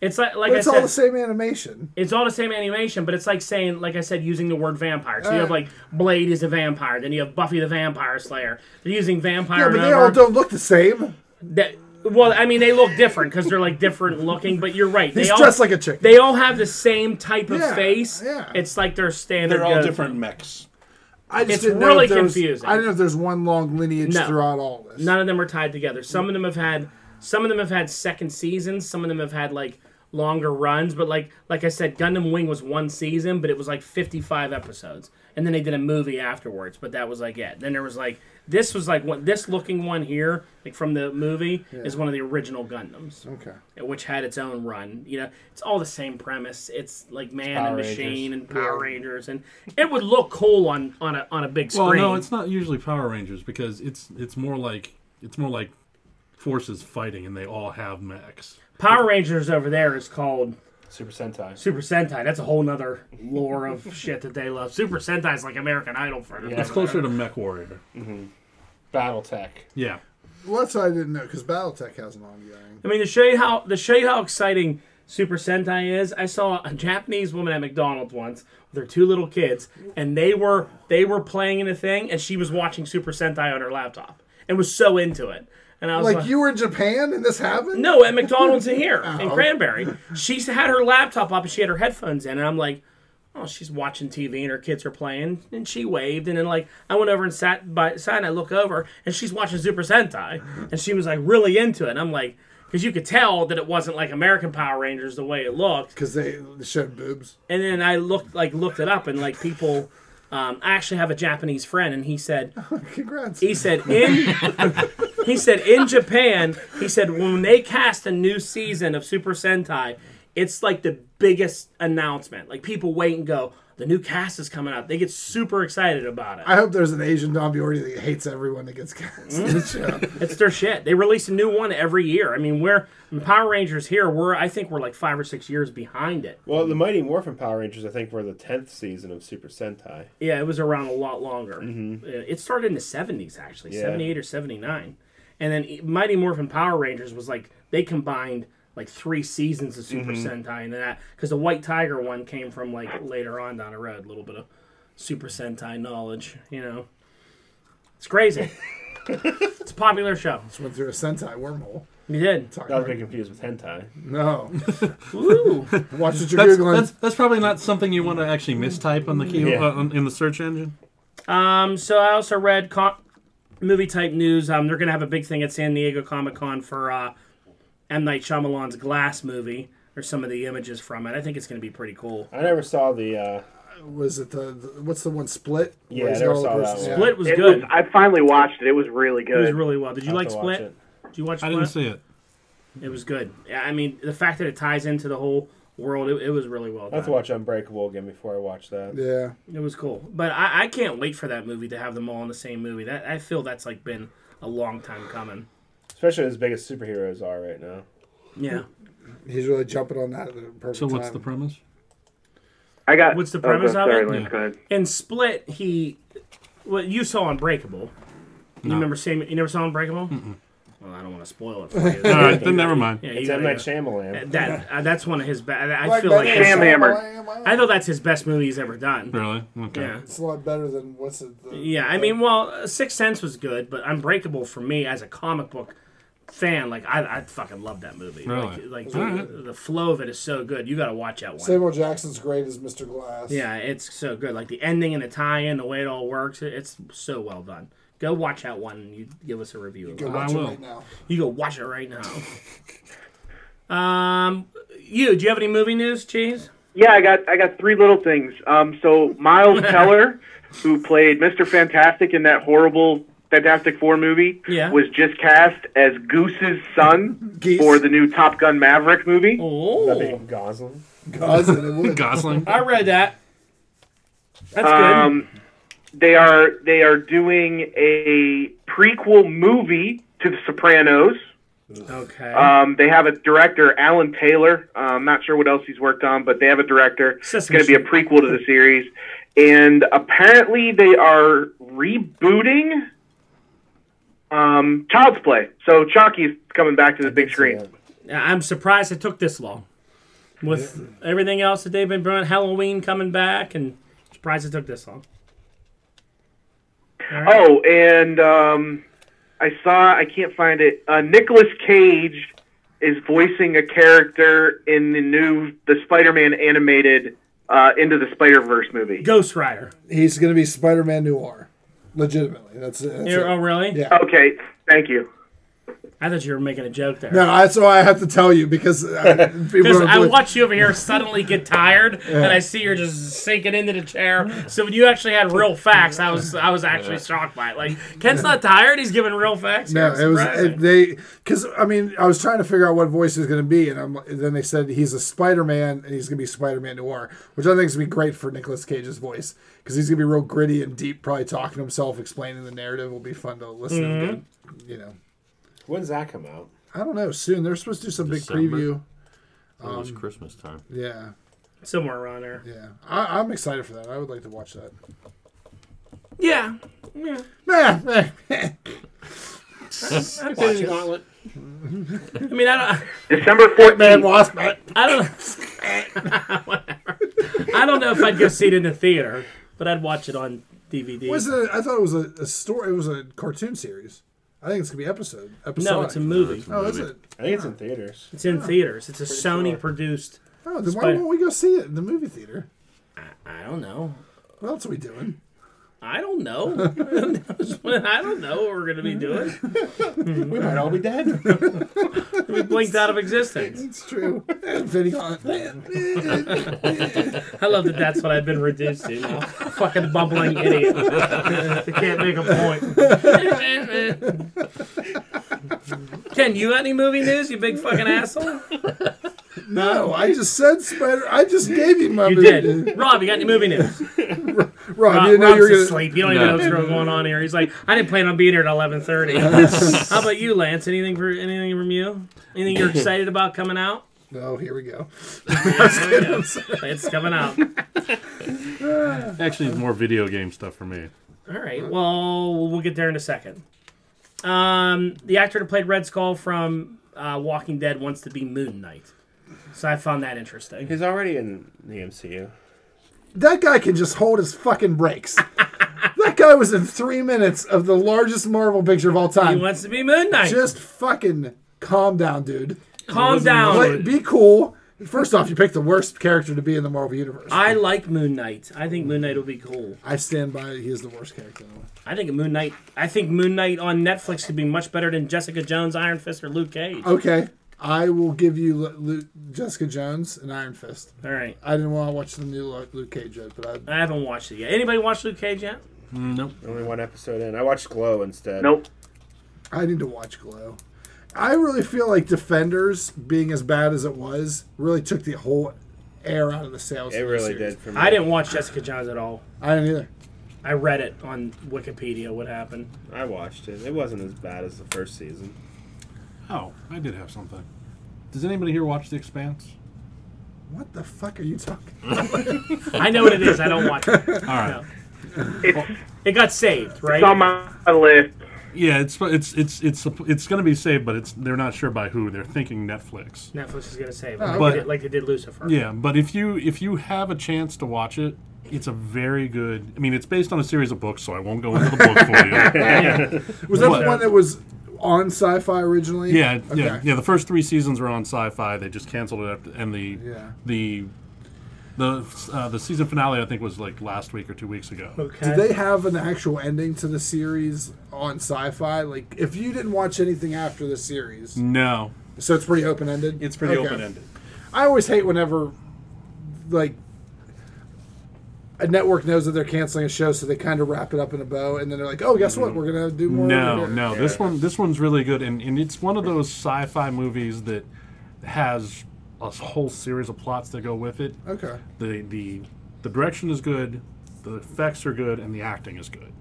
Speaker 2: It's like like
Speaker 1: but
Speaker 2: I
Speaker 1: it's
Speaker 2: said,
Speaker 1: all the same animation.
Speaker 2: it's all the same animation, but it's like saying, like I said, using the word vampire. So you have like Blade is a vampire, then you have Buffy the Vampire Slayer. They're using
Speaker 1: Yeah,
Speaker 2: vampire.
Speaker 1: but they
Speaker 2: number.
Speaker 1: all don't look the same.
Speaker 2: That- well, I mean, they look different because they're like different looking. But you're right.
Speaker 1: He's
Speaker 2: they all,
Speaker 1: dressed like a chicken.
Speaker 2: They all have the same type of
Speaker 1: Yeah,
Speaker 2: face.
Speaker 1: yeah.
Speaker 2: It's like their standard.
Speaker 7: They're all
Speaker 2: go-
Speaker 7: different mechs.
Speaker 1: I just
Speaker 2: it's
Speaker 1: didn't know
Speaker 2: really
Speaker 1: if there was-
Speaker 2: confusing.
Speaker 1: I didn't know if there's one long lineage
Speaker 2: No.
Speaker 1: throughout all this.
Speaker 2: None of them are tied together. Some of them have had some of them have had second seasons. Some of them have had like longer runs. But like like I said, Gundam Wing was one season, but it was like fifty five episodes, and then they did a movie afterwards. But that was like it. Then there was like this was like what this looking one here, like from the movie, is one of the original Gundams,
Speaker 1: Okay.
Speaker 2: which had its own run. You know, it's all the same premise. It's like man and
Speaker 3: Power Rangers.
Speaker 2: machine and Power Rangers, and it would look cool on on a on a big screen.
Speaker 4: Well, no, it's not usually Power Rangers because it's it's more like it's more like forces fighting, and they all have mechs.
Speaker 2: Power Rangers over there is called
Speaker 3: Super Sentai.
Speaker 2: Super Sentai. That's a whole nother lore of shit that they love. Super Sentai's like American Idol for them.
Speaker 3: Yeah.
Speaker 4: It's closer to Mech Warrior.
Speaker 3: Battletech.
Speaker 4: Yeah,
Speaker 1: Well, that's what I didn't know because BattleTech has an ongoing.
Speaker 2: I mean, to show you how to show you how exciting Super Sentai is, I saw a Japanese woman at McDonald's once with her two little kids, and they were they were playing in a thing, and she was watching Super Sentai on her laptop and was so into it. And I was like,
Speaker 1: Like you were in Japan and this happened?
Speaker 2: No, at McDonald's in here in Cranberry. She's had her laptop up and she had her headphones in, and I'm like, oh, she's watching TV and her kids are playing, and she waved, and then like I went over and sat by side, and I look over, and she's watching Super Sentai, and she was like really into it, and I'm like, because you could tell that it wasn't like American Power Rangers the way it looked,
Speaker 1: because they showed boobs.
Speaker 2: and then I looked like looked it up, and like people. Um, I actually have a Japanese friend, and he said
Speaker 1: Congrats.
Speaker 2: he said in he said in Japan, he said when they cast a new season of Super Sentai, it's like the biggest announcement. Like people wait and go, the new cast is coming out. They get super excited about it.
Speaker 1: I hope there's an Asian Don Biordi that hates everyone that gets cast in the show.
Speaker 2: It's their shit. They release a new one every year. I mean, we're Power Rangers here. We're I think we're like five or six years behind it.
Speaker 3: Well, the Mighty Morphin Power Rangers, I think, were the tenth season of Super Sentai.
Speaker 2: Yeah, it was around a lot longer. Uh, It started in the 70s, actually,
Speaker 3: Yeah.
Speaker 2: 78 or 79. And then E, Mighty Morphin Power Rangers was like, they combined like three seasons of Super Sentai and that, because the White Tiger one came from like later on down the road, a little bit of Super Sentai knowledge, you know. It's crazy. it's a popular show.
Speaker 1: Went through a Sentai wormhole.
Speaker 2: We did.
Speaker 3: Not to be confused with hentai.
Speaker 1: No,
Speaker 2: Ooh.
Speaker 1: watch what you're
Speaker 4: that's,
Speaker 1: googling.
Speaker 4: that's that's probably not something you want to actually mistype on the key,
Speaker 3: Yeah.
Speaker 4: uh, on- in the search engine.
Speaker 2: Um, so I also read co- movie type news. Um, they're gonna have a big thing at San Diego Comic Con for uh, M Night Shyamalan's Glass movie or some of the images from it. I think it's gonna be pretty cool.
Speaker 3: I never saw the. uh
Speaker 1: was it the, the what's the one split?
Speaker 3: Yeah,
Speaker 1: Where he's
Speaker 3: I never
Speaker 1: got all the
Speaker 3: saw that
Speaker 1: persons-
Speaker 3: one.
Speaker 1: yeah.
Speaker 2: Split was
Speaker 5: It
Speaker 2: good.
Speaker 5: was, I finally watched it. It was really
Speaker 2: it was
Speaker 5: good.
Speaker 2: really well. Did you
Speaker 3: I'll
Speaker 2: like
Speaker 3: have to watch
Speaker 2: Split?
Speaker 3: it.
Speaker 2: Did you watch
Speaker 4: I
Speaker 2: Split?
Speaker 4: didn't see it.
Speaker 2: It was good. Yeah, I mean the fact that it ties into the whole world, it, it was really well
Speaker 3: I
Speaker 2: done.
Speaker 3: have to watch Unbreakable again before I watch that.
Speaker 1: Yeah,
Speaker 2: It was cool. But I, I can't wait for that movie to have them all in the same movie. That I feel that's like been a long time coming.
Speaker 3: Especially as big as superheroes are right now.
Speaker 2: Yeah.
Speaker 1: he's really jumping on that at the perfect
Speaker 4: So what's
Speaker 1: time.
Speaker 4: the premise?
Speaker 5: I got.
Speaker 2: What's the
Speaker 5: oh,
Speaker 2: premise
Speaker 5: go-
Speaker 2: of it?
Speaker 5: sorry, Lance, go ahead.
Speaker 2: In Split, he, well, you saw Unbreakable. You remember Sam? You never saw Unbreakable? Well, I don't want to spoil it for you.
Speaker 4: All right, then never mind.
Speaker 2: Yeah, you
Speaker 3: It's
Speaker 2: gotta
Speaker 3: M Night
Speaker 2: go.
Speaker 3: Shyamalan.
Speaker 2: That uh, that's one of his best. I
Speaker 1: Like
Speaker 2: feel
Speaker 1: that
Speaker 2: like
Speaker 1: Sham
Speaker 2: that's-
Speaker 5: Sham Hammer.
Speaker 1: Hammer.
Speaker 2: I thought that's his best movie he's ever done.
Speaker 4: Really? Okay.
Speaker 2: Yeah.
Speaker 1: It's a lot better than what's it? The,
Speaker 2: Yeah, I mean, well, Sixth Sense was good, but Unbreakable for me as a comic book fan. Like I, I fucking love that movie.
Speaker 4: Really?
Speaker 2: Like, like
Speaker 4: All
Speaker 2: the,
Speaker 4: right.
Speaker 2: the flow of it is so good. You got to watch that one.
Speaker 1: Samuel Jackson's great as Mr. Glass.
Speaker 2: yeah, it's so good. Like the ending and the tie-in, the way it all works. it- It's so well done. Go watch that one. and You give us a review. of
Speaker 1: Go
Speaker 2: it.
Speaker 1: watch
Speaker 4: will.
Speaker 1: it right now.
Speaker 2: You go watch it right now. um, you. Do you have any movie news, Cheese?
Speaker 5: Yeah, I got I got three little things. Um, so Miles Teller, who played Mr. Fantastic in that horrible Fantastic Four movie,
Speaker 2: Yeah.
Speaker 5: was just cast as Goose's son
Speaker 1: Geese.
Speaker 5: for the new Top Gun Maverick movie.
Speaker 2: Oh,
Speaker 3: Big Gosling.
Speaker 1: Gosling and Wood.
Speaker 4: Gosling.
Speaker 2: I read that. That's good.
Speaker 5: Um, they are they are doing a prequel movie to The Sopranos.
Speaker 2: Okay.
Speaker 5: Um, they have a director, Alan Taylor. Uh, I'm not sure what else he's worked on, but they have a director. It's
Speaker 2: Sesame
Speaker 5: going to be a prequel to the series, and apparently they are rebooting um, Child's Play. So Chucky's coming back to the big screen.
Speaker 2: I'm surprised it took this long. With everything else that they've been doing, Halloween coming back, and surprised it took this long.
Speaker 5: Oh, and um, I saw I can't find it. Uh, Nicholas Cage is voicing a character in the new the Spider-Man animated uh, Into the Spider-Verse movie.
Speaker 2: Ghost Rider.
Speaker 1: He's going to be Spider Man Noir. Legitimately. That's it. That's
Speaker 2: You're-
Speaker 1: it.
Speaker 2: oh, really?
Speaker 1: Yeah.
Speaker 5: Okay, thank you.
Speaker 2: I thought you were making a joke there.
Speaker 1: No, that's why I have to tell you because uh, people
Speaker 2: Because
Speaker 1: are
Speaker 2: I watch you over here suddenly get tired, and I see you're just sinking into the chair. So when you actually had real facts, I was I was actually shocked by it. Like Ken's not tired; he's giving real facts.
Speaker 1: No, it was
Speaker 2: Surprising.
Speaker 1: it, they because I mean I was trying to figure out what voice he was going to be, and, I'm, and then they said he's a Spider Man and he's going to be Spider Man Noir, which I think is going to be great for Nicolas Cage's voice because he's going to be real gritty and deep, probably talking to himself, explaining the narrative. Will be fun to listen
Speaker 2: Mm-hmm.
Speaker 1: to. Him get, you know,
Speaker 3: When's that come out?
Speaker 1: I don't know. Soon they're supposed to do some big
Speaker 6: December.
Speaker 1: preview.
Speaker 6: it was Christmas time.
Speaker 1: Yeah,
Speaker 2: somewhere around there.
Speaker 1: yeah. I, I'm excited for that. I would like to watch that.
Speaker 2: Yeah, yeah.
Speaker 1: Meh, meh.
Speaker 2: I'd watch it.
Speaker 3: Gauntlet.
Speaker 2: I mean, I don't.
Speaker 5: December
Speaker 1: Man,
Speaker 5: 14th.
Speaker 1: wasp. eh.
Speaker 2: I don't. Whatever. I don't know if I'd go see it in the theater, but I'd watch it on DVD.
Speaker 1: Was it? I thought it was a, a story. It was a cartoon series. I think it's gonna be episode. Episode.
Speaker 2: no, it's a movie.
Speaker 1: Oh, is
Speaker 6: Movie.
Speaker 1: it?
Speaker 3: I think it's in theaters.
Speaker 2: It's in theaters. It's a Sony produced.
Speaker 1: Oh, then why
Speaker 2: Spider-
Speaker 1: won't we go see it in the movie theater?
Speaker 2: I don't know.
Speaker 1: What else are we doing?
Speaker 2: I don't know. Who knows when- I don't know what we're gonna be doing.
Speaker 3: We might all be dead.
Speaker 2: We blinked out of existence.
Speaker 1: It's true. Infinity Gauntlet.
Speaker 2: I love that. That's what I've been reduced to. Now. Fucking bumbling idiot. You can't make a point. Ken, you got any movie news? You big fucking asshole.
Speaker 1: no, I just said Spider. I just gave you my
Speaker 2: You
Speaker 1: movie.
Speaker 3: uh,
Speaker 2: did. Rob, you got any movie news?
Speaker 1: Rob,
Speaker 2: Rob,
Speaker 1: you didn't know you were
Speaker 2: Rob's
Speaker 1: gonna.
Speaker 2: asleep. You don't even know
Speaker 6: No.
Speaker 2: what's real going on here. He's like, I didn't plan on being here at eleven thirty. How about you, Lance? Anything for anything from you? Anything you're excited about coming out?
Speaker 1: No, Oh, here we go.
Speaker 2: It's coming out.
Speaker 4: Actually, it's more video game stuff for me.
Speaker 2: All right. Well, we'll get there in a second. Um, the actor that played Red Skull from uh, Walking Dead wants to be Moon Knight, so I found that interesting.
Speaker 3: He's already in the MCU.
Speaker 1: That guy can just hold his fucking brakes. that guy was in three minutes of the largest Marvel picture of all
Speaker 2: He
Speaker 1: time.
Speaker 2: wants to be Moon Knight.
Speaker 1: Just fucking calm down, dude.
Speaker 2: Calm
Speaker 4: wasn't
Speaker 2: down.
Speaker 4: really-
Speaker 1: Like, be cool. First off, you picked the worst character to be in the Marvel universe. I,
Speaker 2: I like Moon Knight. I think Moon Knight will be cool.
Speaker 1: stand by. He is the worst character. in the world.
Speaker 2: I think Moon Knight. I think Moon Knight on Netflix could be much better than Jessica Jones, Iron Fist, or Luke Cage.
Speaker 1: Okay, I will give you Lu- Lu- Jessica Jones and Iron Fist.
Speaker 2: All right.
Speaker 1: I didn't want to watch the new Lu- Luke Cage yet, but I,
Speaker 2: I haven't watched it yet. Anybody watch Luke Cage yet?
Speaker 4: Nope.
Speaker 3: Only one episode in. I watched Glow instead.
Speaker 5: Nope.
Speaker 1: I need to watch Glow. I really feel like Defenders being as bad as it was really took the whole air out of the sales.
Speaker 3: It
Speaker 1: for the
Speaker 3: really
Speaker 1: series.
Speaker 3: did for me.
Speaker 2: I didn't watch Jessica Jones at all.
Speaker 1: I didn't either.
Speaker 2: I read it on Wikipedia. What happened?
Speaker 3: I watched it. It wasn't as bad as the first season.
Speaker 4: Oh, I did have something. Does anybody here watch The Expanse?
Speaker 1: What the fuck are you talking?
Speaker 4: Mm.
Speaker 2: I know what it is. I don't watch it.
Speaker 4: All right.
Speaker 2: No.
Speaker 5: It's,
Speaker 2: It got saved, right?
Speaker 5: it's on my list.
Speaker 4: Yeah, it's it's it's it's it's going to be saved, but it's they're not sure by who. They're thinking Netflix.
Speaker 2: Netflix is gonna save it,
Speaker 1: Oh,
Speaker 2: like,
Speaker 4: But-
Speaker 2: they did, like they did Lucifer.
Speaker 4: Yeah, but if you if you have a chance to watch it, it's a very good. I mean, it's based on a series of books, so I won't go into the book for you.
Speaker 2: Yeah.
Speaker 1: Was that
Speaker 4: What?
Speaker 1: the one that was on Sci-Fi originally?
Speaker 4: Yeah,
Speaker 1: Okay.
Speaker 4: yeah, yeah. The first three seasons were on Sci-Fi. They just canceled it, after, and the
Speaker 1: Yeah.
Speaker 4: the the uh, the season finale I think was like last week or two weeks ago.
Speaker 2: Okay.
Speaker 1: Did they have an actual ending to the series on Sci-Fi? Like, if you didn't watch anything after the series,
Speaker 4: No,
Speaker 1: so it's pretty open-ended.
Speaker 4: Mm. it's pretty
Speaker 1: Okay.
Speaker 4: open ended.
Speaker 1: I always hate whenever, like, a network knows that they're canceling a show, so they kind of wrap it up in a bow, and then they're like, "Oh, guess what? We're gonna do more."
Speaker 4: Mm-hmm. No,
Speaker 1: over here."
Speaker 4: no. This one, this one's really good, and, and it's one of those sci-fi movies that has a whole series of plots that go with it.
Speaker 1: Okay.
Speaker 4: The the the direction is good, the effects are good, and the acting is good.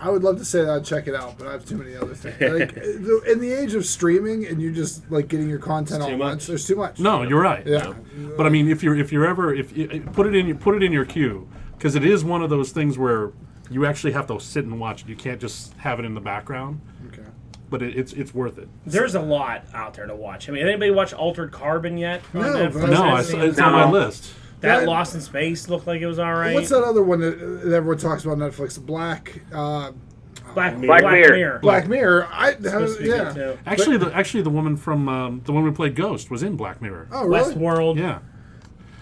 Speaker 1: I would love to say that I'd check it out, but I have too many other things. Like, the- in the age of streaming and you just like getting your content all
Speaker 3: too
Speaker 1: at
Speaker 3: much.
Speaker 1: once, there's too much.
Speaker 4: No, you're right.
Speaker 1: Yeah.
Speaker 4: But I mean, if you're if you're ever if you, put it in your put it in your queue because it is one of those things where you actually have to sit and watch it. You can't just have it in the background.
Speaker 1: Okay.
Speaker 4: But it, it's it's worth it.
Speaker 2: There's a lot out there to watch. I mean, anybody watch Altered Carbon yet? on
Speaker 1: No,
Speaker 2: Netflix?
Speaker 1: but
Speaker 4: No, I,
Speaker 1: That's-
Speaker 4: it's on my
Speaker 5: No.
Speaker 4: list.
Speaker 2: that
Speaker 1: that-
Speaker 2: Lost in Space looked like it was all right.
Speaker 1: What's that other one that, that everyone talks about on Netflix? Black. Uh,
Speaker 2: Black,
Speaker 5: Black Mirror.
Speaker 1: Black Mirror. I
Speaker 2: Supposed to be good,
Speaker 1: yeah.
Speaker 2: too.
Speaker 4: Actually, the actually the woman from um, the one who played Ghost was in Black Mirror.
Speaker 1: Oh really?
Speaker 2: Westworld.
Speaker 4: Yeah.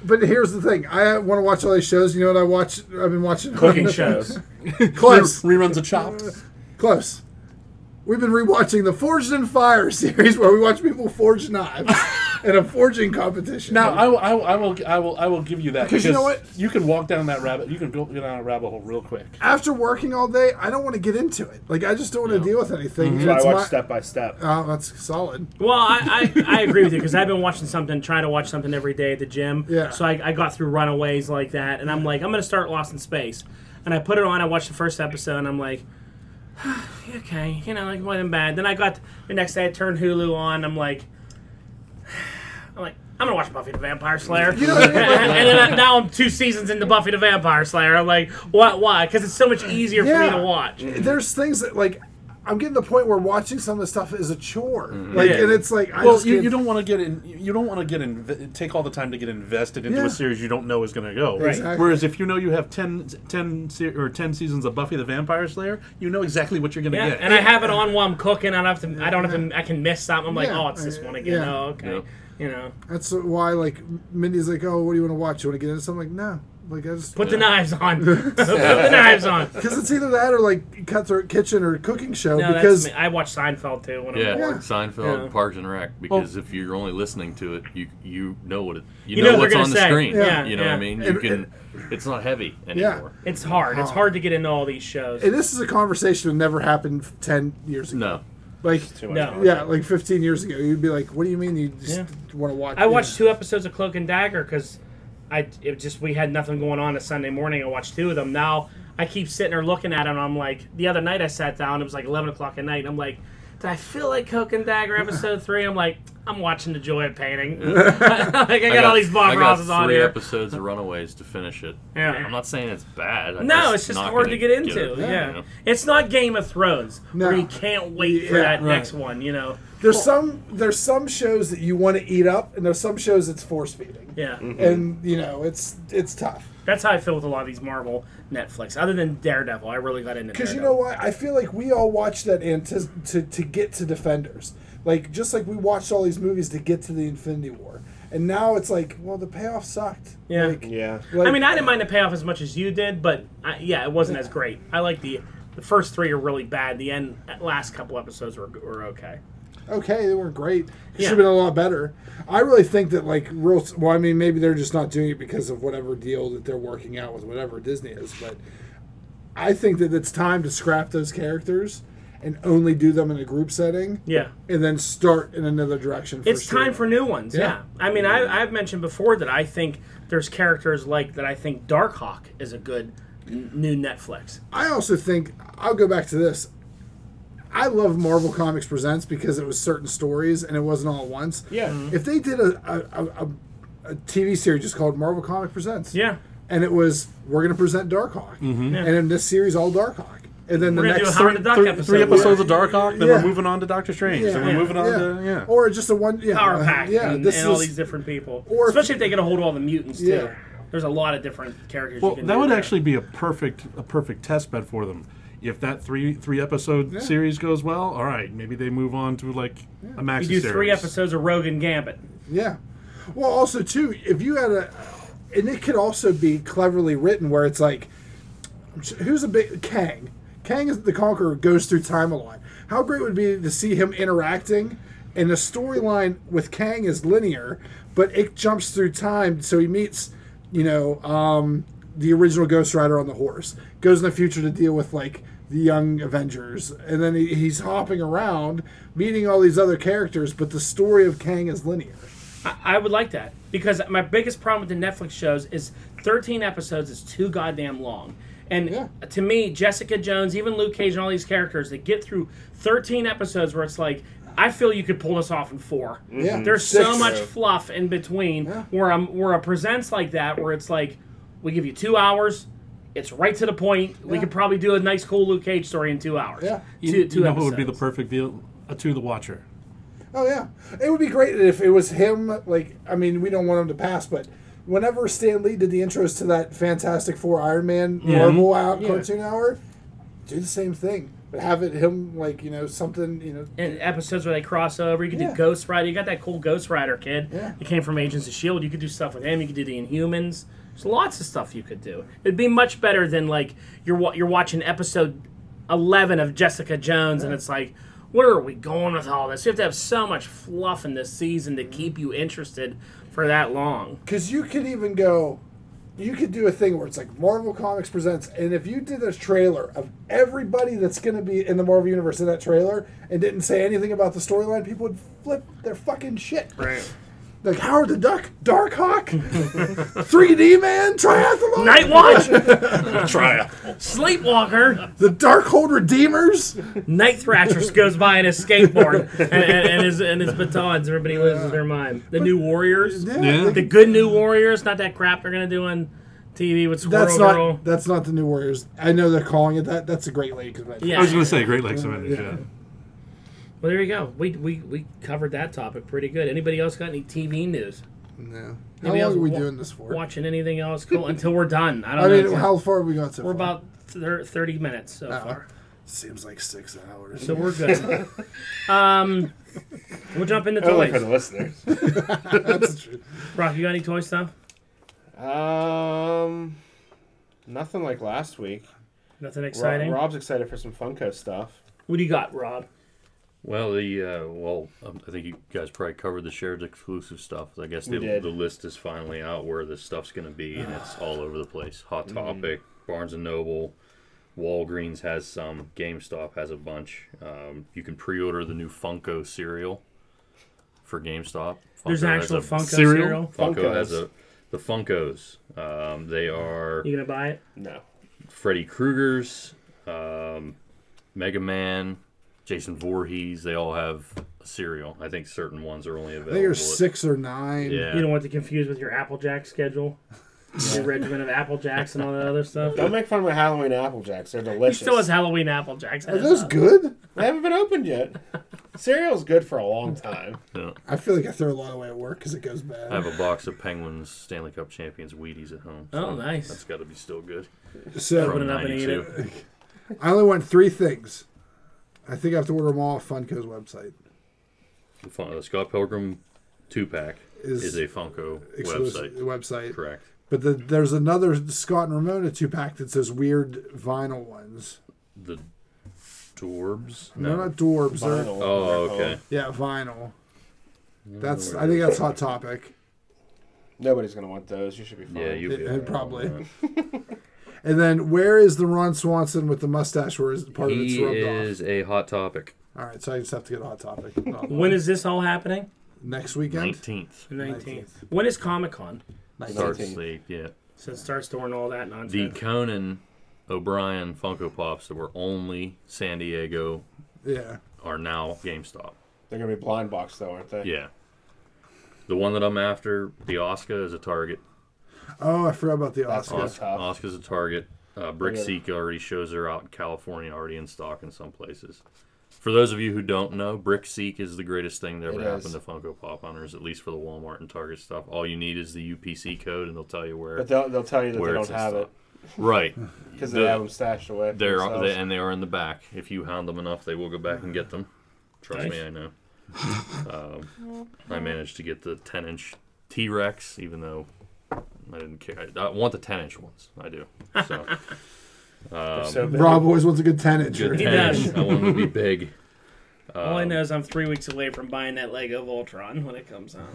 Speaker 1: But here's the thing. I want to watch all these shows. You know what I watch? I've been watching
Speaker 2: Cooking shows.
Speaker 1: Close.
Speaker 4: Reruns of Chopped.
Speaker 1: Close. We've been rewatching the Forged in Fire series where we watch people forge knives in a forging competition.
Speaker 4: Now I, will- I, will- I will I will I will give you that
Speaker 1: 'Cause you know what?
Speaker 4: you can walk down that rabbit you can go down a rabbit hole real quick.
Speaker 1: after working all day, I don't want to get into it. Like I just don't want to deal with anything.
Speaker 3: So Mm-hmm. I
Speaker 1: It's
Speaker 3: watch
Speaker 1: my-
Speaker 3: step by step.
Speaker 1: Oh, that's solid.
Speaker 2: Well, I, I, I agree with you because I've been watching something, trying to watch something every day at the gym.
Speaker 1: Yeah.
Speaker 2: So I, I got through Runaways like that, and I'm like, I'm gonna start Lost in Space, and I put it on. I watched the first episode, and I'm like, okay, you know, like wasn't bad. Then I got the next day, I turned Hulu on. I'm like, I'm like, I'm gonna watch Buffy the Vampire Slayer.
Speaker 1: You know what I mean? Like-
Speaker 2: and then I, now I'm two seasons into Buffy the Vampire Slayer. I'm like, why? Why? Because it's so much easier for me
Speaker 1: Yeah.
Speaker 2: to watch.
Speaker 1: There's things that like I'm getting to the point where watching some of the stuff is a chore.
Speaker 3: Mm-hmm.
Speaker 1: Like,
Speaker 2: Yeah.
Speaker 1: and it's like I
Speaker 4: well,
Speaker 1: just
Speaker 4: you,
Speaker 1: can't-
Speaker 4: you don't want to get in. You don't want to get in. Take all the time to get invested into
Speaker 1: Yeah.
Speaker 4: a series you don't know is going to go.
Speaker 1: Exactly.
Speaker 4: Whereas if you know you have 10, 10 se- or ten seasons of Buffy the Vampire Slayer, you know exactly what you're going to
Speaker 2: Yeah,
Speaker 4: get.
Speaker 2: and I have it on while I'm cooking. I don't have to. I don't have to. I can miss something. I'm like,
Speaker 1: Yeah.
Speaker 2: oh, it's this one again.
Speaker 1: Yeah.
Speaker 2: Oh, okay.
Speaker 6: Yeah.
Speaker 2: You know,
Speaker 1: That's why like Mindy's like, oh, what do you want to watch? You want to get into something? I'm like, no. Like I just
Speaker 2: put the knives on. put the knives on.
Speaker 1: because it's either that or like Cutthroat Kitchen or Cooking Show
Speaker 2: No,
Speaker 1: because
Speaker 2: that's me. I watch Seinfeld too when
Speaker 6: Yeah,
Speaker 2: I'm bored.
Speaker 6: Seinfeld,
Speaker 2: Yeah.
Speaker 6: Parks and Rec. Because if you're only listening to it, you you know what it you,
Speaker 2: You
Speaker 6: know,
Speaker 2: know what
Speaker 6: what's
Speaker 2: they're
Speaker 6: on
Speaker 2: gonna
Speaker 6: the
Speaker 2: say.
Speaker 6: screen.
Speaker 2: Yeah,
Speaker 6: you know
Speaker 2: yeah.
Speaker 6: what I mean. You
Speaker 1: And-
Speaker 6: can.
Speaker 1: and-
Speaker 6: it's not heavy
Speaker 1: Yeah.
Speaker 6: anymore.
Speaker 2: It's hard. It's hard to get into all these shows.
Speaker 1: and this is a conversation that never happened ten years ago.
Speaker 6: No,
Speaker 1: Like
Speaker 3: Too much
Speaker 2: No.
Speaker 3: content.
Speaker 1: yeah, like fifteen years ago, you'd be like, what do you mean you just
Speaker 2: Yeah.
Speaker 1: want to watch?
Speaker 2: I watched two episodes of Cloak and Dagger because I it just we had nothing going on a Sunday morning. I watched two of them. Now I keep sitting there looking at it. and I'm like, the other night I sat down. It was like 11 o'clock at night. And I'm like, did I feel like Cloak and Dagger episode three? I'm like, I'm watching the joy of painting. like I got, all these
Speaker 6: I
Speaker 2: Bob
Speaker 6: got
Speaker 2: Rosses on
Speaker 6: three
Speaker 2: here.
Speaker 6: episodes of Runaways to finish it.
Speaker 2: Yeah.
Speaker 6: I'm not saying it's bad. I'm
Speaker 2: No, it's just
Speaker 6: not
Speaker 2: hard
Speaker 6: gonna
Speaker 2: to get into.
Speaker 6: it,
Speaker 2: yeah.
Speaker 6: you know?
Speaker 2: it's not Game of Thrones
Speaker 1: No.
Speaker 2: where you can't wait for
Speaker 1: Yeah,
Speaker 2: that
Speaker 1: right.
Speaker 2: next one. You know,
Speaker 1: There's some there's some shows that you want to eat up, and there's some shows it's force feeding.
Speaker 2: yeah,
Speaker 6: Mm.
Speaker 1: and you know it's it's tough
Speaker 2: that's how I feel with a lot of these Marvel Netflix. Other than Daredevil, I really got into
Speaker 1: because
Speaker 2: Daredevil.
Speaker 1: you know what I feel like we all watched that and to, to to get to Defenders, like just like we watched all these movies to get to the Infinity War, and now it's like well the payoff sucked.
Speaker 2: Yeah.
Speaker 1: Like,
Speaker 3: Yeah.
Speaker 1: like-
Speaker 2: I mean, I didn't mind the payoff as much as you did, but I, yeah, it wasn't as great. I like the the first three are really bad. The end last couple episodes were, were okay.
Speaker 1: okay, they were great. It
Speaker 2: Yeah.
Speaker 1: should have been a lot better. I really think that like real. Well, I mean, maybe they're just not doing it because of whatever deal that they're working out with whatever Disney is. But I think that it's time to scrap those characters and only do them in a group setting.
Speaker 2: Yeah.
Speaker 1: And then start in another direction. For
Speaker 2: It's time
Speaker 1: sure.
Speaker 2: for new ones. Yeah.
Speaker 1: Yeah.
Speaker 2: I mean, I, I've mentioned before that I think there's characters like that. I think Darkhawk is a good n- new Netflix.
Speaker 1: I also think I'll go back to this. I love Marvel Comics Presents because it was certain stories and it wasn't all at once.
Speaker 3: Yeah. Mhm.
Speaker 1: If they did a a, a, a, a TV series just called Marvel Comic Presents.
Speaker 2: Yeah.
Speaker 1: and it was we're going to present Darkhawk,
Speaker 4: Mm-hmm.
Speaker 1: and in this series, all Darkhawk, and then
Speaker 2: We're
Speaker 1: the
Speaker 2: gonna do a
Speaker 1: next
Speaker 2: Howard the Duck
Speaker 4: three,
Speaker 2: episode.
Speaker 4: three episodes
Speaker 2: where-
Speaker 4: of Darkhawk, then
Speaker 1: Yeah.
Speaker 4: we're moving on to Doctor Strange, then we're
Speaker 2: Yeah.
Speaker 4: moving on to yeah.
Speaker 1: or just a one yeah,
Speaker 2: Power
Speaker 1: uh,
Speaker 2: Pack
Speaker 1: yeah,
Speaker 2: and,
Speaker 1: this
Speaker 2: and all
Speaker 1: is-
Speaker 2: these different people.
Speaker 1: or if-
Speaker 2: Especially if they get a hold of all the mutants too.
Speaker 1: Yeah.
Speaker 2: There's a lot of different characters. you
Speaker 4: well,
Speaker 2: can
Speaker 4: that
Speaker 2: do
Speaker 4: would
Speaker 2: there.
Speaker 4: actually be a perfect a perfect test bed for them. If that three three episode
Speaker 1: Yeah.
Speaker 4: series goes well, all right, maybe they move on to like a maxi
Speaker 2: We do three
Speaker 4: series.
Speaker 2: episodes of Rogan Gambit.
Speaker 1: Yeah. Well, also too, if you had a, and it could also be cleverly written where it's like, who's a big Kang? Kang is the Conqueror goes through time a lot. How great would it be to see him interacting, and the storyline with Kang is linear, but it jumps through time. So he meets, you know, um, the original Ghost Rider on the horse. Goes in the future to deal with like the young Avengers, and then he, he's hopping around, meeting all these other characters. But the story of Kang is linear.
Speaker 2: I would like that because my biggest problem with the Netflix shows is 13 episodes is too goddamn long. And
Speaker 1: Yeah.
Speaker 2: to me, Jessica Jones, even Luke Cage, and all these characters that get through 13 episodes where it's like, I feel you could pull this off in four.
Speaker 4: Mm-hmm.
Speaker 1: Yeah.
Speaker 2: There's
Speaker 1: Six.
Speaker 2: so much fluff in between
Speaker 1: Yeah.
Speaker 2: where I'm where a presents like that where it's like, we give you two hours, it's right to the point. We
Speaker 1: Yeah.
Speaker 2: could probably do a nice cool Luke Cage story in two hours.
Speaker 1: Yeah.
Speaker 4: You,
Speaker 2: Two,
Speaker 4: you
Speaker 2: two
Speaker 4: know
Speaker 2: episodes.
Speaker 4: what would be the perfect deal? A to the watcher.
Speaker 1: Oh yeah, it would be great if it was him. Like, I mean, we don't want him to pass, but whenever Stan Lee did the intros to that Fantastic Four Iron Man Marvel out cartoon hour, do the same thing, but have it him like you know something you know.
Speaker 2: and episodes where they cross over. You could
Speaker 1: Yeah.
Speaker 2: do Ghost Rider. You got that cool Ghost Rider kid.
Speaker 1: Yeah.
Speaker 2: He came from Agents of Shield. E You could do stuff with him. You could do the Inhumans. There's lots of stuff you could do. It'd be much better than like you're wa- you're watching episode eleven of Jessica Jones, and it's like, where are we going with all this? You have to have so much fluff in this season to keep you interested for that long.
Speaker 1: Because you could even go, you could do a thing where it's like Marvel Comics presents, and if you did a trailer of everybody that's going to be in the Marvel universe in that trailer and didn't say anything about the storyline, people would flip their fucking shit.
Speaker 2: Right.
Speaker 1: Like Howard the Duck, Dark Hawk, 3D Man, Triathlon,
Speaker 2: Night Watch,
Speaker 4: Try
Speaker 2: Sleepwalker,
Speaker 1: the Darkhold Redeemers.
Speaker 2: Night Thrasher goes by in his skateboard and, and, and his and his batons. Everybody loses their mind. The New Warriors.
Speaker 4: Yeah.
Speaker 1: like,
Speaker 2: The good new Warriors, not that crap they're gonna do on TV with Squirrel
Speaker 1: that's
Speaker 2: Girl.
Speaker 1: not that's not the New Warriors. I know they're calling it that. That's a Great Lake convention.
Speaker 2: yeah.
Speaker 4: I was gonna say Great Lakes Avengers.
Speaker 1: Yeah.
Speaker 4: Yeah.
Speaker 2: well, there you go. We, we we covered that topic pretty good. Anybody else got any TV news?
Speaker 1: No. How
Speaker 2: Maybe
Speaker 1: long
Speaker 2: I'll
Speaker 1: are we
Speaker 2: wa-
Speaker 1: doing this for?
Speaker 2: Watching anything else? Cool. Until we're done. I don't
Speaker 1: I
Speaker 2: know.
Speaker 1: mean,
Speaker 2: if-
Speaker 1: how far have we got so
Speaker 2: we're
Speaker 1: far?
Speaker 2: about thir- thirty minutes so
Speaker 1: Uh,
Speaker 2: far,
Speaker 1: seems like six hours.
Speaker 2: so we're good. um, we'll jump into
Speaker 3: Only for
Speaker 2: toys.
Speaker 3: the listeners.
Speaker 1: that's true.
Speaker 2: Rock, you got any toy stuff?
Speaker 3: um, nothing like last week.
Speaker 2: Nothing
Speaker 3: Ro-
Speaker 2: exciting.
Speaker 3: Rob's excited for some Funko stuff.
Speaker 2: What do you got, Rob?
Speaker 6: Well, the uh, well, um, I think you guys probably covered the shared exclusive stuff. I guess
Speaker 3: We
Speaker 6: the,
Speaker 3: did.
Speaker 6: the list is finally out where this stuff's going to be, and it's all over the place. Hot Topic, Barnes and Noble, Walgreens has some, GameStop has a bunch. Um, you can pre-order the new Funko cereal for GameStop.
Speaker 2: There's
Speaker 6: Funko
Speaker 2: an
Speaker 6: has
Speaker 2: actual
Speaker 6: a-
Speaker 2: Funko cereal.
Speaker 4: Cereal?
Speaker 6: Funko has
Speaker 3: Funkos.
Speaker 6: a the Funkos. Um, they are
Speaker 2: You gonna buy it?
Speaker 3: No.
Speaker 6: Freddy Krueger's, um, Mega Man, Jason Voorhees. They all have a cereal. I think certain ones are only
Speaker 1: I
Speaker 6: available.
Speaker 1: think
Speaker 6: at-
Speaker 1: there's six or nine.
Speaker 2: You
Speaker 6: Oh, Yeah.
Speaker 2: don't want to confuse with your Applejack schedule, your regimen of Apple Jacks and all that other stuff.
Speaker 3: Don't make fun of my Halloween Apple Jacks. They're
Speaker 2: He
Speaker 3: delicious.
Speaker 2: still has Halloween Apple Jacks.
Speaker 1: Are those good?
Speaker 3: they haven't been opened yet. Cereal's good for a long time.
Speaker 1: I feel like I throw a lot away at work because it goes
Speaker 6: I have
Speaker 1: bad.
Speaker 6: a box of Penguins Stanley Cup champions Wheaties at home.
Speaker 2: Oh, nice.
Speaker 6: That's got to be still good.
Speaker 1: So
Speaker 2: Open
Speaker 6: From
Speaker 2: it up and eat
Speaker 6: 92.
Speaker 1: I only want three things. I think I have to order them all off Funko's website.
Speaker 6: The Fun- uh, Scott Pilgrim two pack
Speaker 1: Is
Speaker 6: is, a Funko
Speaker 1: Exclusive
Speaker 6: website.
Speaker 1: website.
Speaker 6: Correct.
Speaker 1: But the, there's another Scott and Ramona two pack that's those weird vinyl ones.
Speaker 6: The Dorbs.
Speaker 1: They're not dwarves. They're,
Speaker 3: Vinyl,
Speaker 6: Oh,
Speaker 3: they're called.
Speaker 6: okay.
Speaker 1: yeah, vinyl. That's
Speaker 6: where
Speaker 1: I think that's hot topic.
Speaker 3: Nobody's gonna want those. You should be fine.
Speaker 6: Yeah, you
Speaker 1: It, it eh, probably.
Speaker 6: Yeah.
Speaker 1: and then where is the Ron Swanson with the mustache? Where is part of it's
Speaker 6: He
Speaker 1: rubbed
Speaker 6: is a hot topic.
Speaker 1: off? All right, so I just have to get a hot topic. Uh,
Speaker 2: When is this all happening?
Speaker 1: next weekend?
Speaker 6: Nineteenth.
Speaker 2: The 19th. When is Comic Con?
Speaker 6: Starts
Speaker 3: 19th.
Speaker 6: the yeah.
Speaker 2: So it starts doing all that
Speaker 6: the
Speaker 2: nonsense.
Speaker 6: Conan O'Brien Funko Pops that were only San Diego
Speaker 1: Yeah.
Speaker 6: are now GameStop.
Speaker 3: They're gonna be blind box though, aren't they?
Speaker 6: Yeah. The one that I'm after, the Oscar is a target.
Speaker 1: Oh, I forgot about the
Speaker 3: That's
Speaker 1: Oscar.
Speaker 3: good.
Speaker 6: Os-
Speaker 3: tough.
Speaker 6: Oscar's a target. Uh, Brick
Speaker 3: Yeah.
Speaker 6: Seek already shows her out in California, already in stock in some places. For those of you who don't know, Brick Seek is the greatest thing that ever
Speaker 3: It
Speaker 6: happened
Speaker 3: is.
Speaker 6: to Funko Pop owners, at least for the Walmart and Target stuff. All you need is the UPC code, and they'll tell you where.
Speaker 3: But they'll, they'll tell you that
Speaker 6: where
Speaker 3: they
Speaker 6: it's
Speaker 3: don't
Speaker 6: in
Speaker 3: have it.
Speaker 6: stock. right.
Speaker 3: because they
Speaker 6: The-
Speaker 3: have them stashed away. for
Speaker 6: They're
Speaker 3: themselves.
Speaker 6: they, and they are in the back. If you hound them enough, they will go back and get them. Trust me, I know. um, I managed to get the 10 inch T Rex, even though I didn't care. I, I want the 10 inch ones. I do. So um,
Speaker 3: They're so big.
Speaker 1: Rob always wants a good ten inch.
Speaker 6: good
Speaker 2: He
Speaker 6: 10
Speaker 2: does.
Speaker 6: inch. I want them to be big.
Speaker 2: All I know is I'm three weeks away from buying that Lego Voltron when it comes out.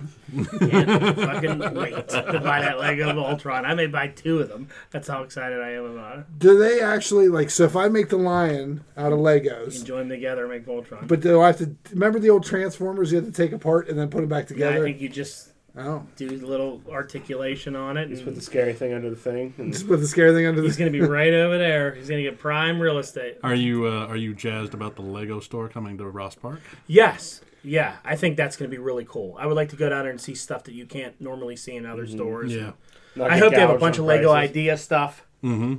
Speaker 2: Can't fucking wait to buy that Lego Voltron. I may buy two of them. That's how excited I am about it.
Speaker 1: Do they actually like? So if I make the lion out of
Speaker 2: You can
Speaker 1: Legos,
Speaker 2: join them together and make Voltron.
Speaker 1: but do I have to remember the old Transformers? You had to take apart and then put them back
Speaker 2: Yeah, I
Speaker 1: together.
Speaker 2: think you just
Speaker 1: oh,
Speaker 2: do a little articulation on it.
Speaker 3: Just put the
Speaker 2: And
Speaker 3: scary thing under the thing. And
Speaker 1: just put the scary thing under
Speaker 2: he's
Speaker 1: the.
Speaker 2: going to be right over there. He's going to get prime real estate.
Speaker 4: Are you uh, are you jazzed about the Lego store coming to Ross Park?
Speaker 2: Yes. Yeah, I think that's going to be really cool. I would like to go down there and see stuff that you can't normally see in
Speaker 6: Mm-hmm.
Speaker 2: other stores.
Speaker 4: Yeah,
Speaker 3: not
Speaker 2: I
Speaker 3: get
Speaker 2: hope they have a
Speaker 3: gouged
Speaker 2: bunch of
Speaker 3: on
Speaker 2: Lego
Speaker 3: prices.
Speaker 2: idea stuff. Mm-hmm.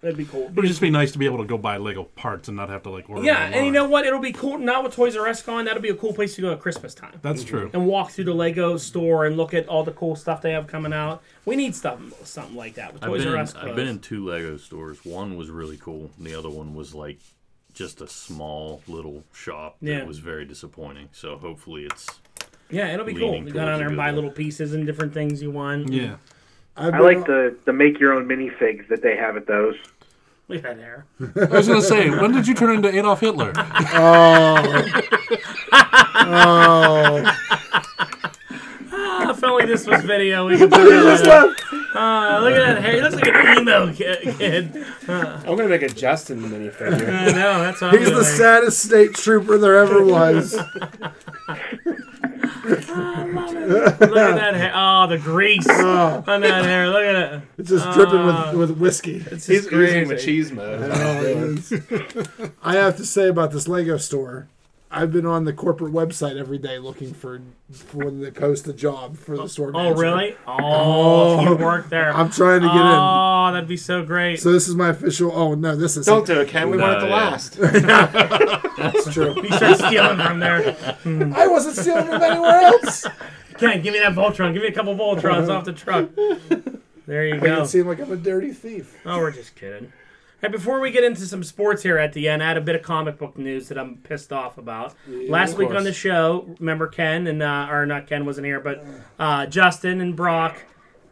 Speaker 2: That'd be cool.
Speaker 4: it would just be nice to be able to go buy Lego parts and not have to like order.
Speaker 2: Yeah, and you
Speaker 4: online.
Speaker 2: know what? It'll be cool. Not with Toys R Us gone. That'll be a cool place to go at Christmas time
Speaker 4: that's true.
Speaker 2: and walk through the Lego store and look at all the cool stuff they have coming out. We need something something like that with
Speaker 6: I've
Speaker 2: Toys
Speaker 6: been,
Speaker 2: R
Speaker 6: in,
Speaker 2: Us.
Speaker 6: I've been in two Lego stores. One was really cool, and the other one was like just a small little shop that
Speaker 2: Yeah.
Speaker 6: was very disappointing. So hopefully it's
Speaker 2: yeah, it'll be cool.
Speaker 6: leaning
Speaker 2: You go down
Speaker 6: towards
Speaker 2: there
Speaker 6: a
Speaker 2: and
Speaker 6: good
Speaker 2: buy
Speaker 6: one.
Speaker 2: little pieces and different things you want.
Speaker 4: Yeah,
Speaker 1: I've
Speaker 5: I
Speaker 1: been
Speaker 5: like
Speaker 1: on-
Speaker 5: the the make your own minifigs that they have at those.
Speaker 2: Look at that hair.
Speaker 4: I was gonna say, when did you turn into Adolf Hitler?
Speaker 2: I felt like this was video. We could put it on. Ah, look at that hair. He looks like an emo ki- kid.
Speaker 3: I'm gonna make a Justin minifigure.
Speaker 2: I know. That's what
Speaker 1: He's
Speaker 2: I'm
Speaker 1: the
Speaker 2: doing.
Speaker 1: saddest state trooper there ever was.
Speaker 2: Look at that hair. Oh, the grease
Speaker 1: Oh,
Speaker 2: on that hair. Look at it.
Speaker 1: it's just
Speaker 2: Ah.
Speaker 1: dripping with, with whiskey.
Speaker 2: It's
Speaker 3: He's
Speaker 2: just
Speaker 3: using
Speaker 2: crazy.
Speaker 3: machismo.
Speaker 1: Oh, it is. I have to say about this Lego store, I've been on the corporate website every day looking for for when they post a job for the store.
Speaker 2: Oh,
Speaker 1: manager.
Speaker 2: really? Oh,
Speaker 1: Oh.
Speaker 2: you work there.
Speaker 1: I'm trying to get in.
Speaker 2: oh, that'd be so great.
Speaker 1: So this is my official. Oh no, this is
Speaker 3: Don't do it, Ken. We want it to
Speaker 6: No, yeah.
Speaker 3: last.
Speaker 1: That's true.
Speaker 2: you start stealing from there.
Speaker 1: I wasn't stealing from anywhere else.
Speaker 2: Ken, give me that Voltron. Give me a couple Voltrons off the truck. There you
Speaker 1: Make
Speaker 2: go.
Speaker 1: it seem like I'm a dirty thief.
Speaker 2: Oh, we're just kidding. Hey, before we get into some sports here at the end, I had a bit of comic book news that I'm pissed off about. Last
Speaker 3: of
Speaker 2: week on
Speaker 3: course.
Speaker 2: the show, remember Ken and uh, or not Ken wasn't here, but uh, Justin and Brock.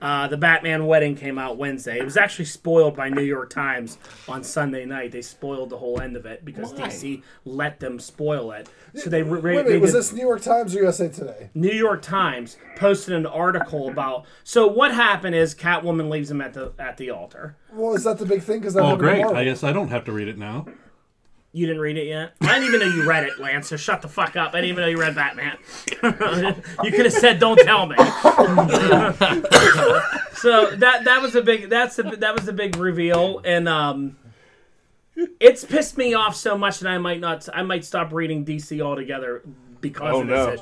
Speaker 2: Uh, the Batman wedding came out Wednesday. It was actually spoiled by New York Times on Sunday night. They spoiled the whole end of it because
Speaker 3: Why?
Speaker 2: DC let them spoil it. So they re-
Speaker 1: Wait a
Speaker 2: they
Speaker 1: minute, was
Speaker 2: did-
Speaker 1: this New York Times or USA Today?
Speaker 2: New York Times posted an article about. So what happened is Catwoman leaves him at the at the altar.
Speaker 1: Well, is that the big thing? Because
Speaker 4: Oh, great. I guess I don't have to read it now.
Speaker 2: You didn't read it yet. I didn't even know you read it, Lance. So shut the fuck up. I didn't even know you read Batman. you could have said, "Don't tell me." so that that was a big that's the that was the big reveal, and um, it's pissed me off so much that I might not I might stop reading DC altogether because
Speaker 3: Oh,
Speaker 2: of
Speaker 3: no.
Speaker 2: this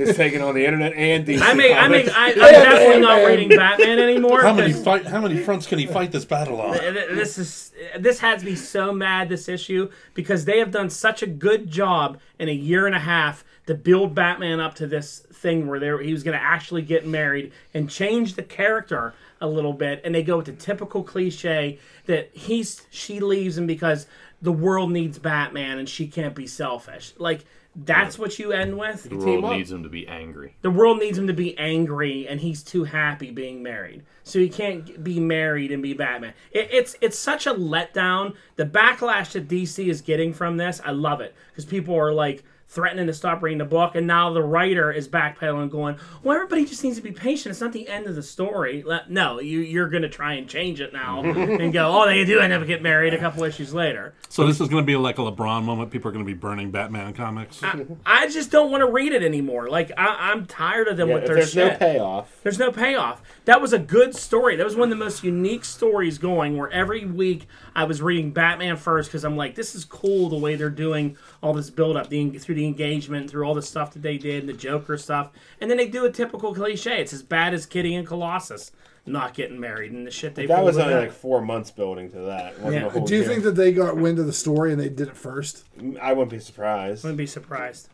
Speaker 2: issue.
Speaker 3: He's taking on the internet and DC.
Speaker 2: I may I may
Speaker 3: comics.
Speaker 2: I, I'm definitely
Speaker 1: Batman.
Speaker 2: not reading Batman anymore.
Speaker 4: How many
Speaker 2: 'cause-
Speaker 4: fight? How many fronts can he fight this battle on?
Speaker 2: Th- this is this has me so mad this issue because they have done such a good job in a year and a half to build Batman up to this thing where there he was going to actually get married and change the character a little bit and they go with the typical cliche that he's she leaves him because the world needs Batman and she can't be selfish like that's what you end with
Speaker 6: the world
Speaker 3: up.
Speaker 6: needs them to be angry.
Speaker 2: the world needs him to be angry and he's too happy being married so he can't be married and be batman it, it's it's such a letdown the backlash that dc is getting from this i love it because people are like threatening to stop reading the book and now the writer is backpedaling going well everybody just needs to be patient it's not the end of the story Le- no you, you're going to try and change it now and go oh they do end up get married a couple issues later
Speaker 4: So this is going to be like a LeBron moment. People are going to be burning Batman comics.
Speaker 2: Ah. i just don't want to read it anymore like I, i'm tired of them
Speaker 3: Yeah,
Speaker 2: with
Speaker 3: if
Speaker 2: their
Speaker 3: there's
Speaker 2: shit
Speaker 3: no payoff.
Speaker 2: There's no payoff. That was a good story. That was one of the most unique stories going where every week I was reading Batman first because I'm like, this is cool the way they're doing all this build up the, through the engagement, through all the stuff that they did, the Joker stuff. And then they do a typical cliche. It's as bad as Kitty and Colossus not getting married and the shit they
Speaker 3: That
Speaker 2: pulled
Speaker 3: was
Speaker 2: with
Speaker 3: only
Speaker 2: that.
Speaker 3: like four months building to that. It wasn't
Speaker 2: Yeah.
Speaker 3: a whole
Speaker 1: Do you
Speaker 3: year.
Speaker 1: think that they got wind of the story and they did it first?
Speaker 3: I wouldn't be surprised.
Speaker 2: wouldn't be surprised.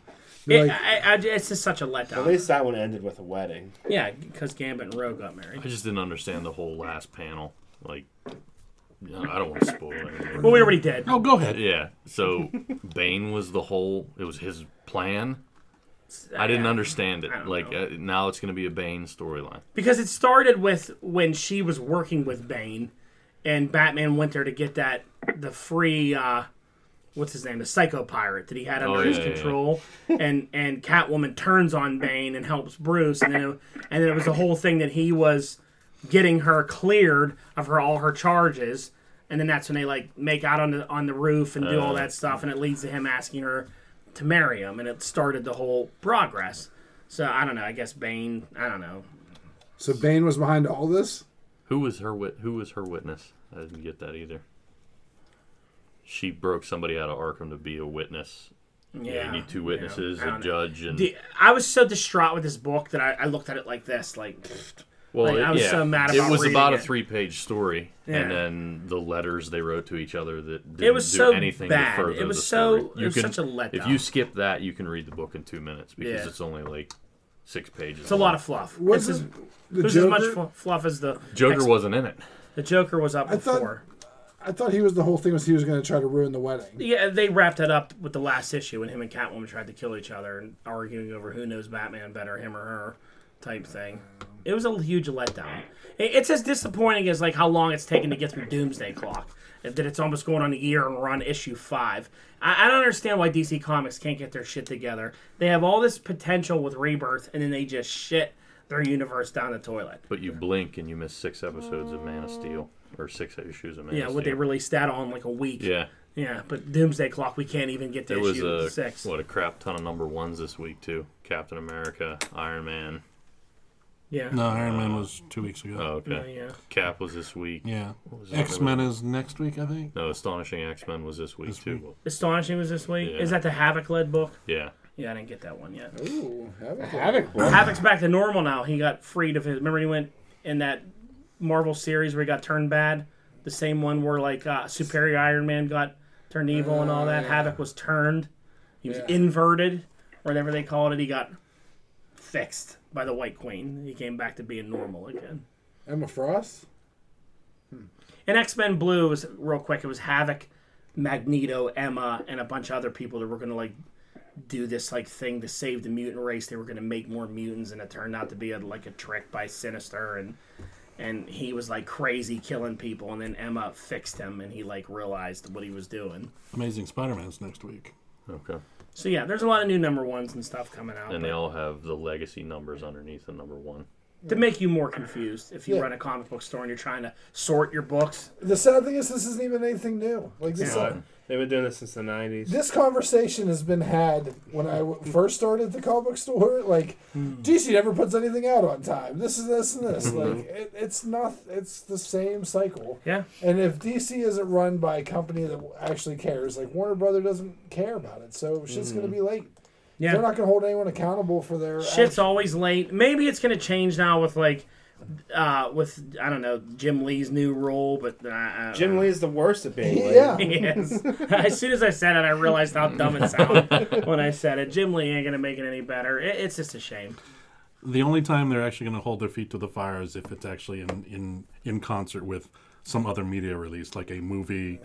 Speaker 1: You're
Speaker 2: It-
Speaker 1: like-
Speaker 2: I- I- it's just such a
Speaker 3: At
Speaker 2: letdown.
Speaker 3: least that one ended with a wedding.
Speaker 2: Yeah, because Gambit and Rogue got married.
Speaker 6: I just didn't understand the whole last panel. Like I don't want to spoil anything.
Speaker 2: Well, we already did.
Speaker 4: Oh, go ahead.
Speaker 6: Yeah. So Bane was the whole. It was his plan. I didn't understand
Speaker 2: I don't
Speaker 6: it. Like
Speaker 2: know.
Speaker 6: uh, now it's going to be a Bane storyline.
Speaker 2: Because it started with when she was working with Bane, and Batman went there to get that the free uh, what's his name, the Psycho Pirate that he had under
Speaker 6: Oh,
Speaker 2: his
Speaker 6: yeah, yeah,
Speaker 2: control, and and Catwoman turns on Bane and helps Bruce, and then it, and then it was the whole thing that he was getting her cleared of her all her charges, and then that's when they like make out on the on the roof and do
Speaker 6: Uh.
Speaker 2: all that stuff, and it leads to him asking her to marry him, and it started the whole progress. So I don't know. I guess Bane. I don't know.
Speaker 1: So Bane was behind all this.
Speaker 6: Who was her wit? Who was her witness? I didn't get that either. She broke somebody out of Arkham to be a witness. Yeah, you need two witnesses,
Speaker 2: I
Speaker 6: a
Speaker 2: don't know.
Speaker 6: judge, and
Speaker 2: The- I was so distraught with this book that I, I looked at it like this, like pfft.
Speaker 6: well,
Speaker 2: like,
Speaker 6: it,
Speaker 2: I was
Speaker 6: yeah,
Speaker 2: so mad about
Speaker 6: it was
Speaker 2: reading
Speaker 6: about a
Speaker 2: it.
Speaker 6: three-page story,
Speaker 2: Yeah.
Speaker 6: and then the letters they wrote to each other that didn't
Speaker 2: It was
Speaker 6: do
Speaker 2: so
Speaker 6: anything
Speaker 2: bad.
Speaker 6: to further
Speaker 2: It was
Speaker 6: the
Speaker 2: so-
Speaker 6: story.
Speaker 2: it was such a letdown.
Speaker 6: If you skip that, you can read the book in two minutes because
Speaker 2: Yeah.
Speaker 6: it's only like six pages.
Speaker 2: it's a lot of fluff.
Speaker 1: Was
Speaker 2: It's as-
Speaker 1: it the
Speaker 2: it was
Speaker 1: Joker?
Speaker 2: as much fl- fluff as the
Speaker 6: Joker
Speaker 2: ex-
Speaker 6: wasn't in it.
Speaker 2: the Joker was up
Speaker 1: thought-
Speaker 2: before.
Speaker 1: I thought he was the whole thing was he was going to try to ruin the wedding.
Speaker 2: yeah, they wrapped that up with the last issue when him and Catwoman tried to kill each other and arguing over who knows Batman better, him or her, type thing. It was a huge letdown. It- It's as disappointing as like how long it's taken to get through Doomsday Clock. That it's almost going on a year and we're on issue five. I, I don't understand why DC Comics can't get their shit together. They have all this potential with Rebirth, and then they just shit their universe down the toilet.
Speaker 6: But you blink and you miss six episodes of Man of Steel or six issues of Man
Speaker 2: Yeah,
Speaker 6: of
Speaker 2: would they
Speaker 6: Steel.
Speaker 2: release that on like a week?
Speaker 6: yeah,
Speaker 2: Yeah, but Doomsday Clock, we can't even get to
Speaker 6: there was
Speaker 2: issue
Speaker 6: a
Speaker 2: six.
Speaker 6: what a crap ton of number ones this week too. Captain America, Iron Man.
Speaker 2: Yeah.
Speaker 4: No, Iron Man was two weeks ago.
Speaker 6: Oh, okay.
Speaker 2: Oh, yeah.
Speaker 6: Cap was this week.
Speaker 4: yeah.
Speaker 6: was that?
Speaker 4: X Men is next week, I think.
Speaker 6: No, Astonishing X Men was this week too.
Speaker 2: Astonishing was this week.
Speaker 6: Yeah.
Speaker 2: Is that the Havoc led book?
Speaker 6: Yeah,
Speaker 2: Yeah, I didn't get that one yet.
Speaker 1: Ooh, have a-
Speaker 3: Havoc book.
Speaker 2: Havoc's back to normal now. He got freed of his. Remember, he went in that Marvel series where he got turned bad. The same one where like uh, Superior Iron Man got turned evil and all that. Havoc was turned. He was
Speaker 1: Oh, Yeah.
Speaker 2: inverted, whatever they called it. He got fixed by the White Queen. He came back to being normal again.
Speaker 1: Emma Frost.
Speaker 2: And X Men Blue was real quick. It was Havoc, Magneto, Emma, and a bunch of other people that were going to like do this like thing to save the mutant race. They were going to make more mutants, and it turned out to be a, like a trick by Sinister, and and he was like crazy killing people. And then Emma fixed him, and he like realized what he was doing.
Speaker 4: Amazing Spider Man's next week.
Speaker 6: okay.
Speaker 2: So yeah, there's a lot of new number ones and stuff coming out
Speaker 6: And they all have the legacy numbers underneath the number one.
Speaker 2: to make you more confused if you run a comic book store and you're trying to sort your books.
Speaker 1: The sad thing is, this isn't even anything new. Like this,
Speaker 3: They've been doing this since the nineties.
Speaker 1: this conversation has been had when I w- first started at the comic book store. Like,
Speaker 4: Hmm.
Speaker 1: DC never puts anything out on time. This is this and this. Like, it, it's not. It's the same cycle.
Speaker 2: Yeah.
Speaker 1: And if DC isn't run by a company that actually cares, like Warner Brother doesn't care about it, so shit's gonna be late.
Speaker 2: Yeah.
Speaker 1: They're not gonna hold anyone accountable for their
Speaker 2: shit's always late. Maybe it's gonna change now with like, uh, with I don't know Jim Lee's new role, but uh, I don't
Speaker 3: Jim
Speaker 2: know.
Speaker 3: Lee is the worst at being late.
Speaker 1: Yeah.
Speaker 2: Yes. as soon as I said it, I realized how dumb it sounded when I said it. Jim Lee ain't gonna make it any better. It, it's just a shame.
Speaker 4: The only time they're actually going to hold their feet to the fire is if it's actually in in in concert with some other media release, like a movie,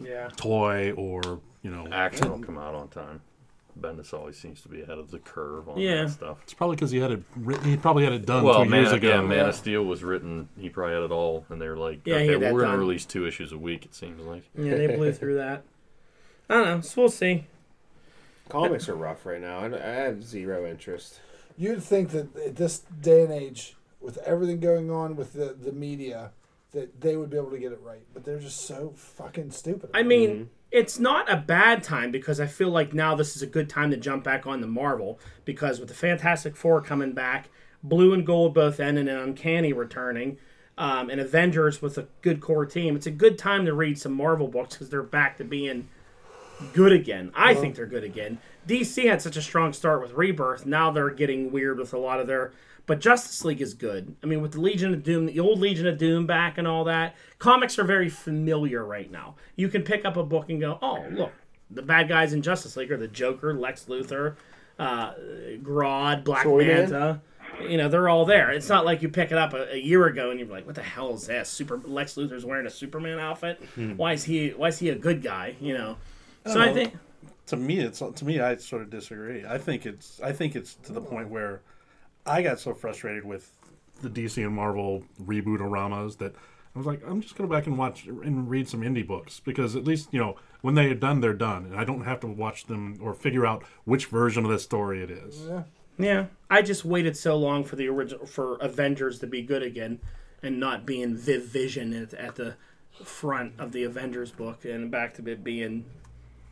Speaker 2: Yeah.
Speaker 4: toy, or you know.
Speaker 6: Action will come out on time. Bendis always seems to be ahead of the curve on
Speaker 2: Yeah.
Speaker 6: that stuff.
Speaker 4: It's probably because he had it written, he probably had it done
Speaker 6: Well,
Speaker 4: two
Speaker 6: Man,
Speaker 4: years ago.
Speaker 6: yeah, Man of Steel was written. He probably had it all, and they were like,
Speaker 2: Yeah, he
Speaker 6: "Okay,
Speaker 2: had
Speaker 6: well,
Speaker 2: that
Speaker 6: we're going
Speaker 2: done.
Speaker 6: to release two issues a week." It seems like.
Speaker 2: Yeah, they blew through that. I don't know. So we'll see.
Speaker 3: Comics are rough right now. I, I have zero interest.
Speaker 1: You'd think that at this day and age, with everything going on with the, the media, that they would be able to get it right. But they're just so fucking stupid.
Speaker 2: I mean, it's not a bad time because I feel like now this is a good time to jump back on the Marvel because with the Fantastic Four coming back, Blue and Gold both ending, and Uncanny returning, um, and Avengers with a good core team, it's a good time to read some Marvel books because they're back to being good again. I think they're good again. DC had such a strong start with Rebirth. Now they're getting weird with a lot of their. But Justice League is good. I mean, with the Legion of Doom, the old Legion of Doom back and all that, comics are very familiar right now. You can pick up a book and go, oh, look, the bad guys in Justice League are the Joker, Lex Luthor, uh, Grodd, Black
Speaker 3: Soyman?
Speaker 2: Manta. you know they're all there. It's not like you pick it up a, a year ago and you're like, "What the hell is this?" Super Lex Luthor's wearing a Superman outfit. Why is he? Why is he a good guy? You know. So I
Speaker 4: know.
Speaker 2: think
Speaker 4: to me it's to me I sort of disagree. I think it's I think it's to the
Speaker 2: Hmm.
Speaker 4: point where I got so frustrated with the DC and Marvel reboot oramas that I was like I'm just going to go back and watch and read some indie books because at least you know when they are done they're done and I don't have to watch them or figure out which version of this story it is.
Speaker 2: Yeah, I just waited so long for the original for Avengers to be good again, and not being Viv Vision at, at the front of the Avengers book, and back to it being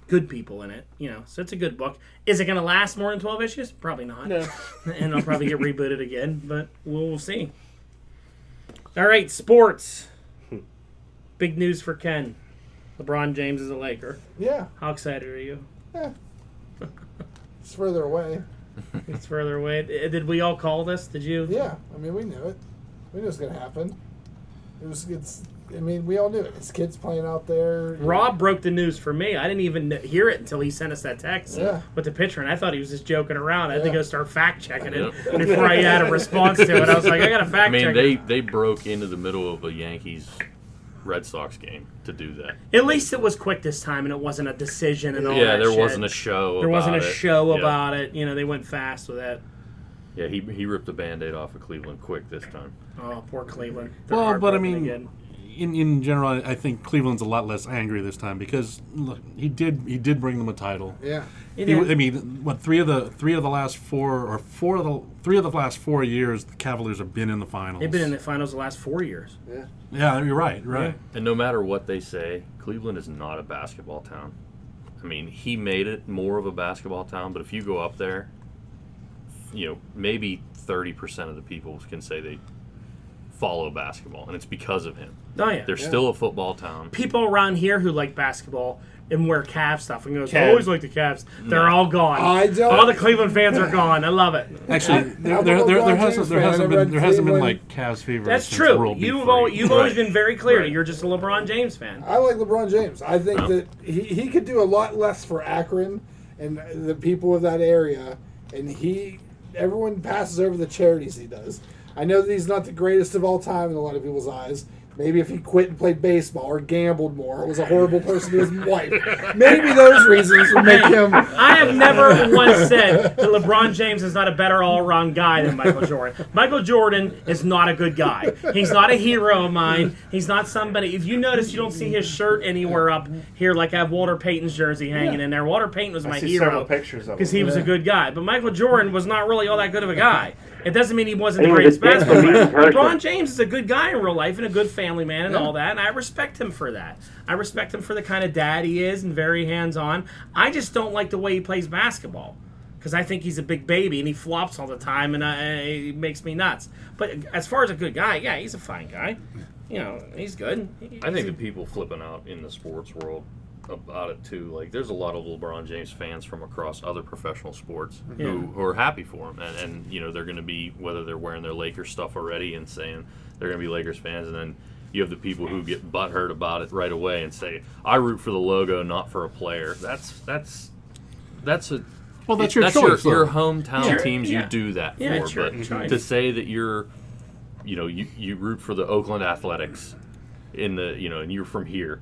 Speaker 2: good people in it. You know, so it's a good book. Is it going to last more than twelve issues? Probably not.
Speaker 3: No.
Speaker 2: and I'll probably get rebooted again, but we'll, we'll see. All right, sports. Big news for Ken. LeBron James is a Laker.
Speaker 1: Yeah,
Speaker 2: How excited are you?
Speaker 1: it's further away.
Speaker 2: It's further away. Eh, Did we all call this? Did you?
Speaker 1: Yeah, I mean, we knew it. We knew it was gonna happen. It was. It's. I mean, we all knew it. It's kids playing out there.
Speaker 2: Rob broke the news for me. I didn't even kn- hear it until he sent us that text
Speaker 1: Yeah.
Speaker 2: with the picture, and I thought he was just joking around. I had to
Speaker 1: Yeah.
Speaker 2: go start fact checking it
Speaker 6: Yep.
Speaker 2: before I had a response to it. I was like, I gotta fact
Speaker 6: I mean,
Speaker 2: check.
Speaker 6: they,
Speaker 2: it.
Speaker 6: they broke into the middle of a Yankees Red Sox game to do that.
Speaker 2: At least it was quick this time, and it wasn't a decision and all
Speaker 6: yeah,
Speaker 2: that.
Speaker 6: there
Speaker 2: shit.
Speaker 6: wasn't a show.
Speaker 2: There wasn't a
Speaker 6: about it.
Speaker 2: show
Speaker 6: Yeah.
Speaker 2: about it. You know, they went fast with that.
Speaker 6: Yeah, he, he ripped the band aid off of Cleveland quick this time.
Speaker 2: Oh, poor Cleveland. They're
Speaker 4: Well, but I
Speaker 2: heartbroken
Speaker 4: mean,
Speaker 2: again.
Speaker 4: in in general, I think Cleveland's a lot less angry this time because look, he did he did bring them a title.
Speaker 1: Yeah.
Speaker 2: It
Speaker 4: He-
Speaker 2: is-
Speaker 4: I mean, what three of the three of the last four or four of the three of the last four years, the Cavaliers have been in the finals.
Speaker 2: they've been in the finals the last four years.
Speaker 1: Yeah.
Speaker 4: Yeah, you're right. You're right.
Speaker 6: And no matter what they say, Cleveland is not a basketball town. I mean, he made it more of a basketball town, but if you go up there, you know, maybe 30% of the people can say they follow basketball, and it's because of him.
Speaker 2: Oh yeah,
Speaker 6: They're still a football town.
Speaker 2: people around here who like basketball and wear Cavs stuff and goes,
Speaker 3: Ken.
Speaker 2: I always like the Cavs. They're all gone.
Speaker 1: I don't-
Speaker 2: All the Cleveland fans are gone. I love it.
Speaker 4: Actually, there,
Speaker 1: I'm
Speaker 4: there,
Speaker 1: a
Speaker 4: there, there
Speaker 1: LeBron
Speaker 4: hasn't
Speaker 1: James
Speaker 4: there
Speaker 1: fan.
Speaker 4: hasn't
Speaker 1: I
Speaker 4: been
Speaker 1: read
Speaker 4: there hasn't been
Speaker 1: Cleveland.
Speaker 4: like Cavs fever.
Speaker 2: That's
Speaker 4: since
Speaker 2: true.
Speaker 4: World Beat
Speaker 2: You've
Speaker 4: Free.
Speaker 2: al- you've always
Speaker 6: Right.
Speaker 2: been very clear. that
Speaker 6: Right.
Speaker 2: You're just a LeBron James fan.
Speaker 1: I like LeBron James. I think that he, he could do a lot less for Akron and the people of that area, and he everyone passes over the charities he does. I know that he's not the greatest of all time in a lot of people's eyes. Maybe if he quit and played baseball or gambled more, or was a horrible person to his wife, maybe those reasons would make him.
Speaker 2: I have never once said that LeBron James is not a better all-around guy than Michael Jordan. Michael Jordan is not a good guy. He's not a hero of mine. He's not somebody. If you notice, you don't see his shirt anywhere up here. Like I have Walter Payton's jersey hanging in there. Walter Payton was my
Speaker 3: I see
Speaker 2: hero.
Speaker 3: several pictures of
Speaker 2: because he
Speaker 3: him.
Speaker 2: was a good guy. But Michael Jordan was not really all that good of a guy. It doesn't mean he wasn't the
Speaker 5: He was
Speaker 2: greatest
Speaker 5: a dick
Speaker 2: basketball player.
Speaker 5: believing person.
Speaker 2: LeBron James is a good guy in real life and a good family man and all that, and I respect him for that. I respect him for the kind of dad he is and very hands on. I just don't like the way he plays basketball because I think he's a big baby and he flops all the time and uh, it makes me nuts. But as far as a good guy, yeah, he's a fine guy. You know, he's good.
Speaker 6: I think the people flipping out in the sports world about it too. Like, there's a lot of LeBron James fans from across other professional sports who, who are happy for him, and, and you know they're going to be whether they're wearing their Lakers stuff already and saying they're going to be Lakers fans, and then you have the people who get butthurt about it right away and say, "I root for the logo, not for a player." That's that's that's a
Speaker 4: Well, that's your
Speaker 6: that's
Speaker 4: choice.
Speaker 6: Your, your
Speaker 4: though.
Speaker 6: hometown
Speaker 2: Yeah.
Speaker 6: teams,
Speaker 2: Yeah.
Speaker 6: you do that
Speaker 2: Yeah, it's
Speaker 6: for.
Speaker 2: your
Speaker 6: but
Speaker 2: choice.
Speaker 6: to say that you're, you know, you, you root for the Oakland Athletics in the, you know, and you're from here.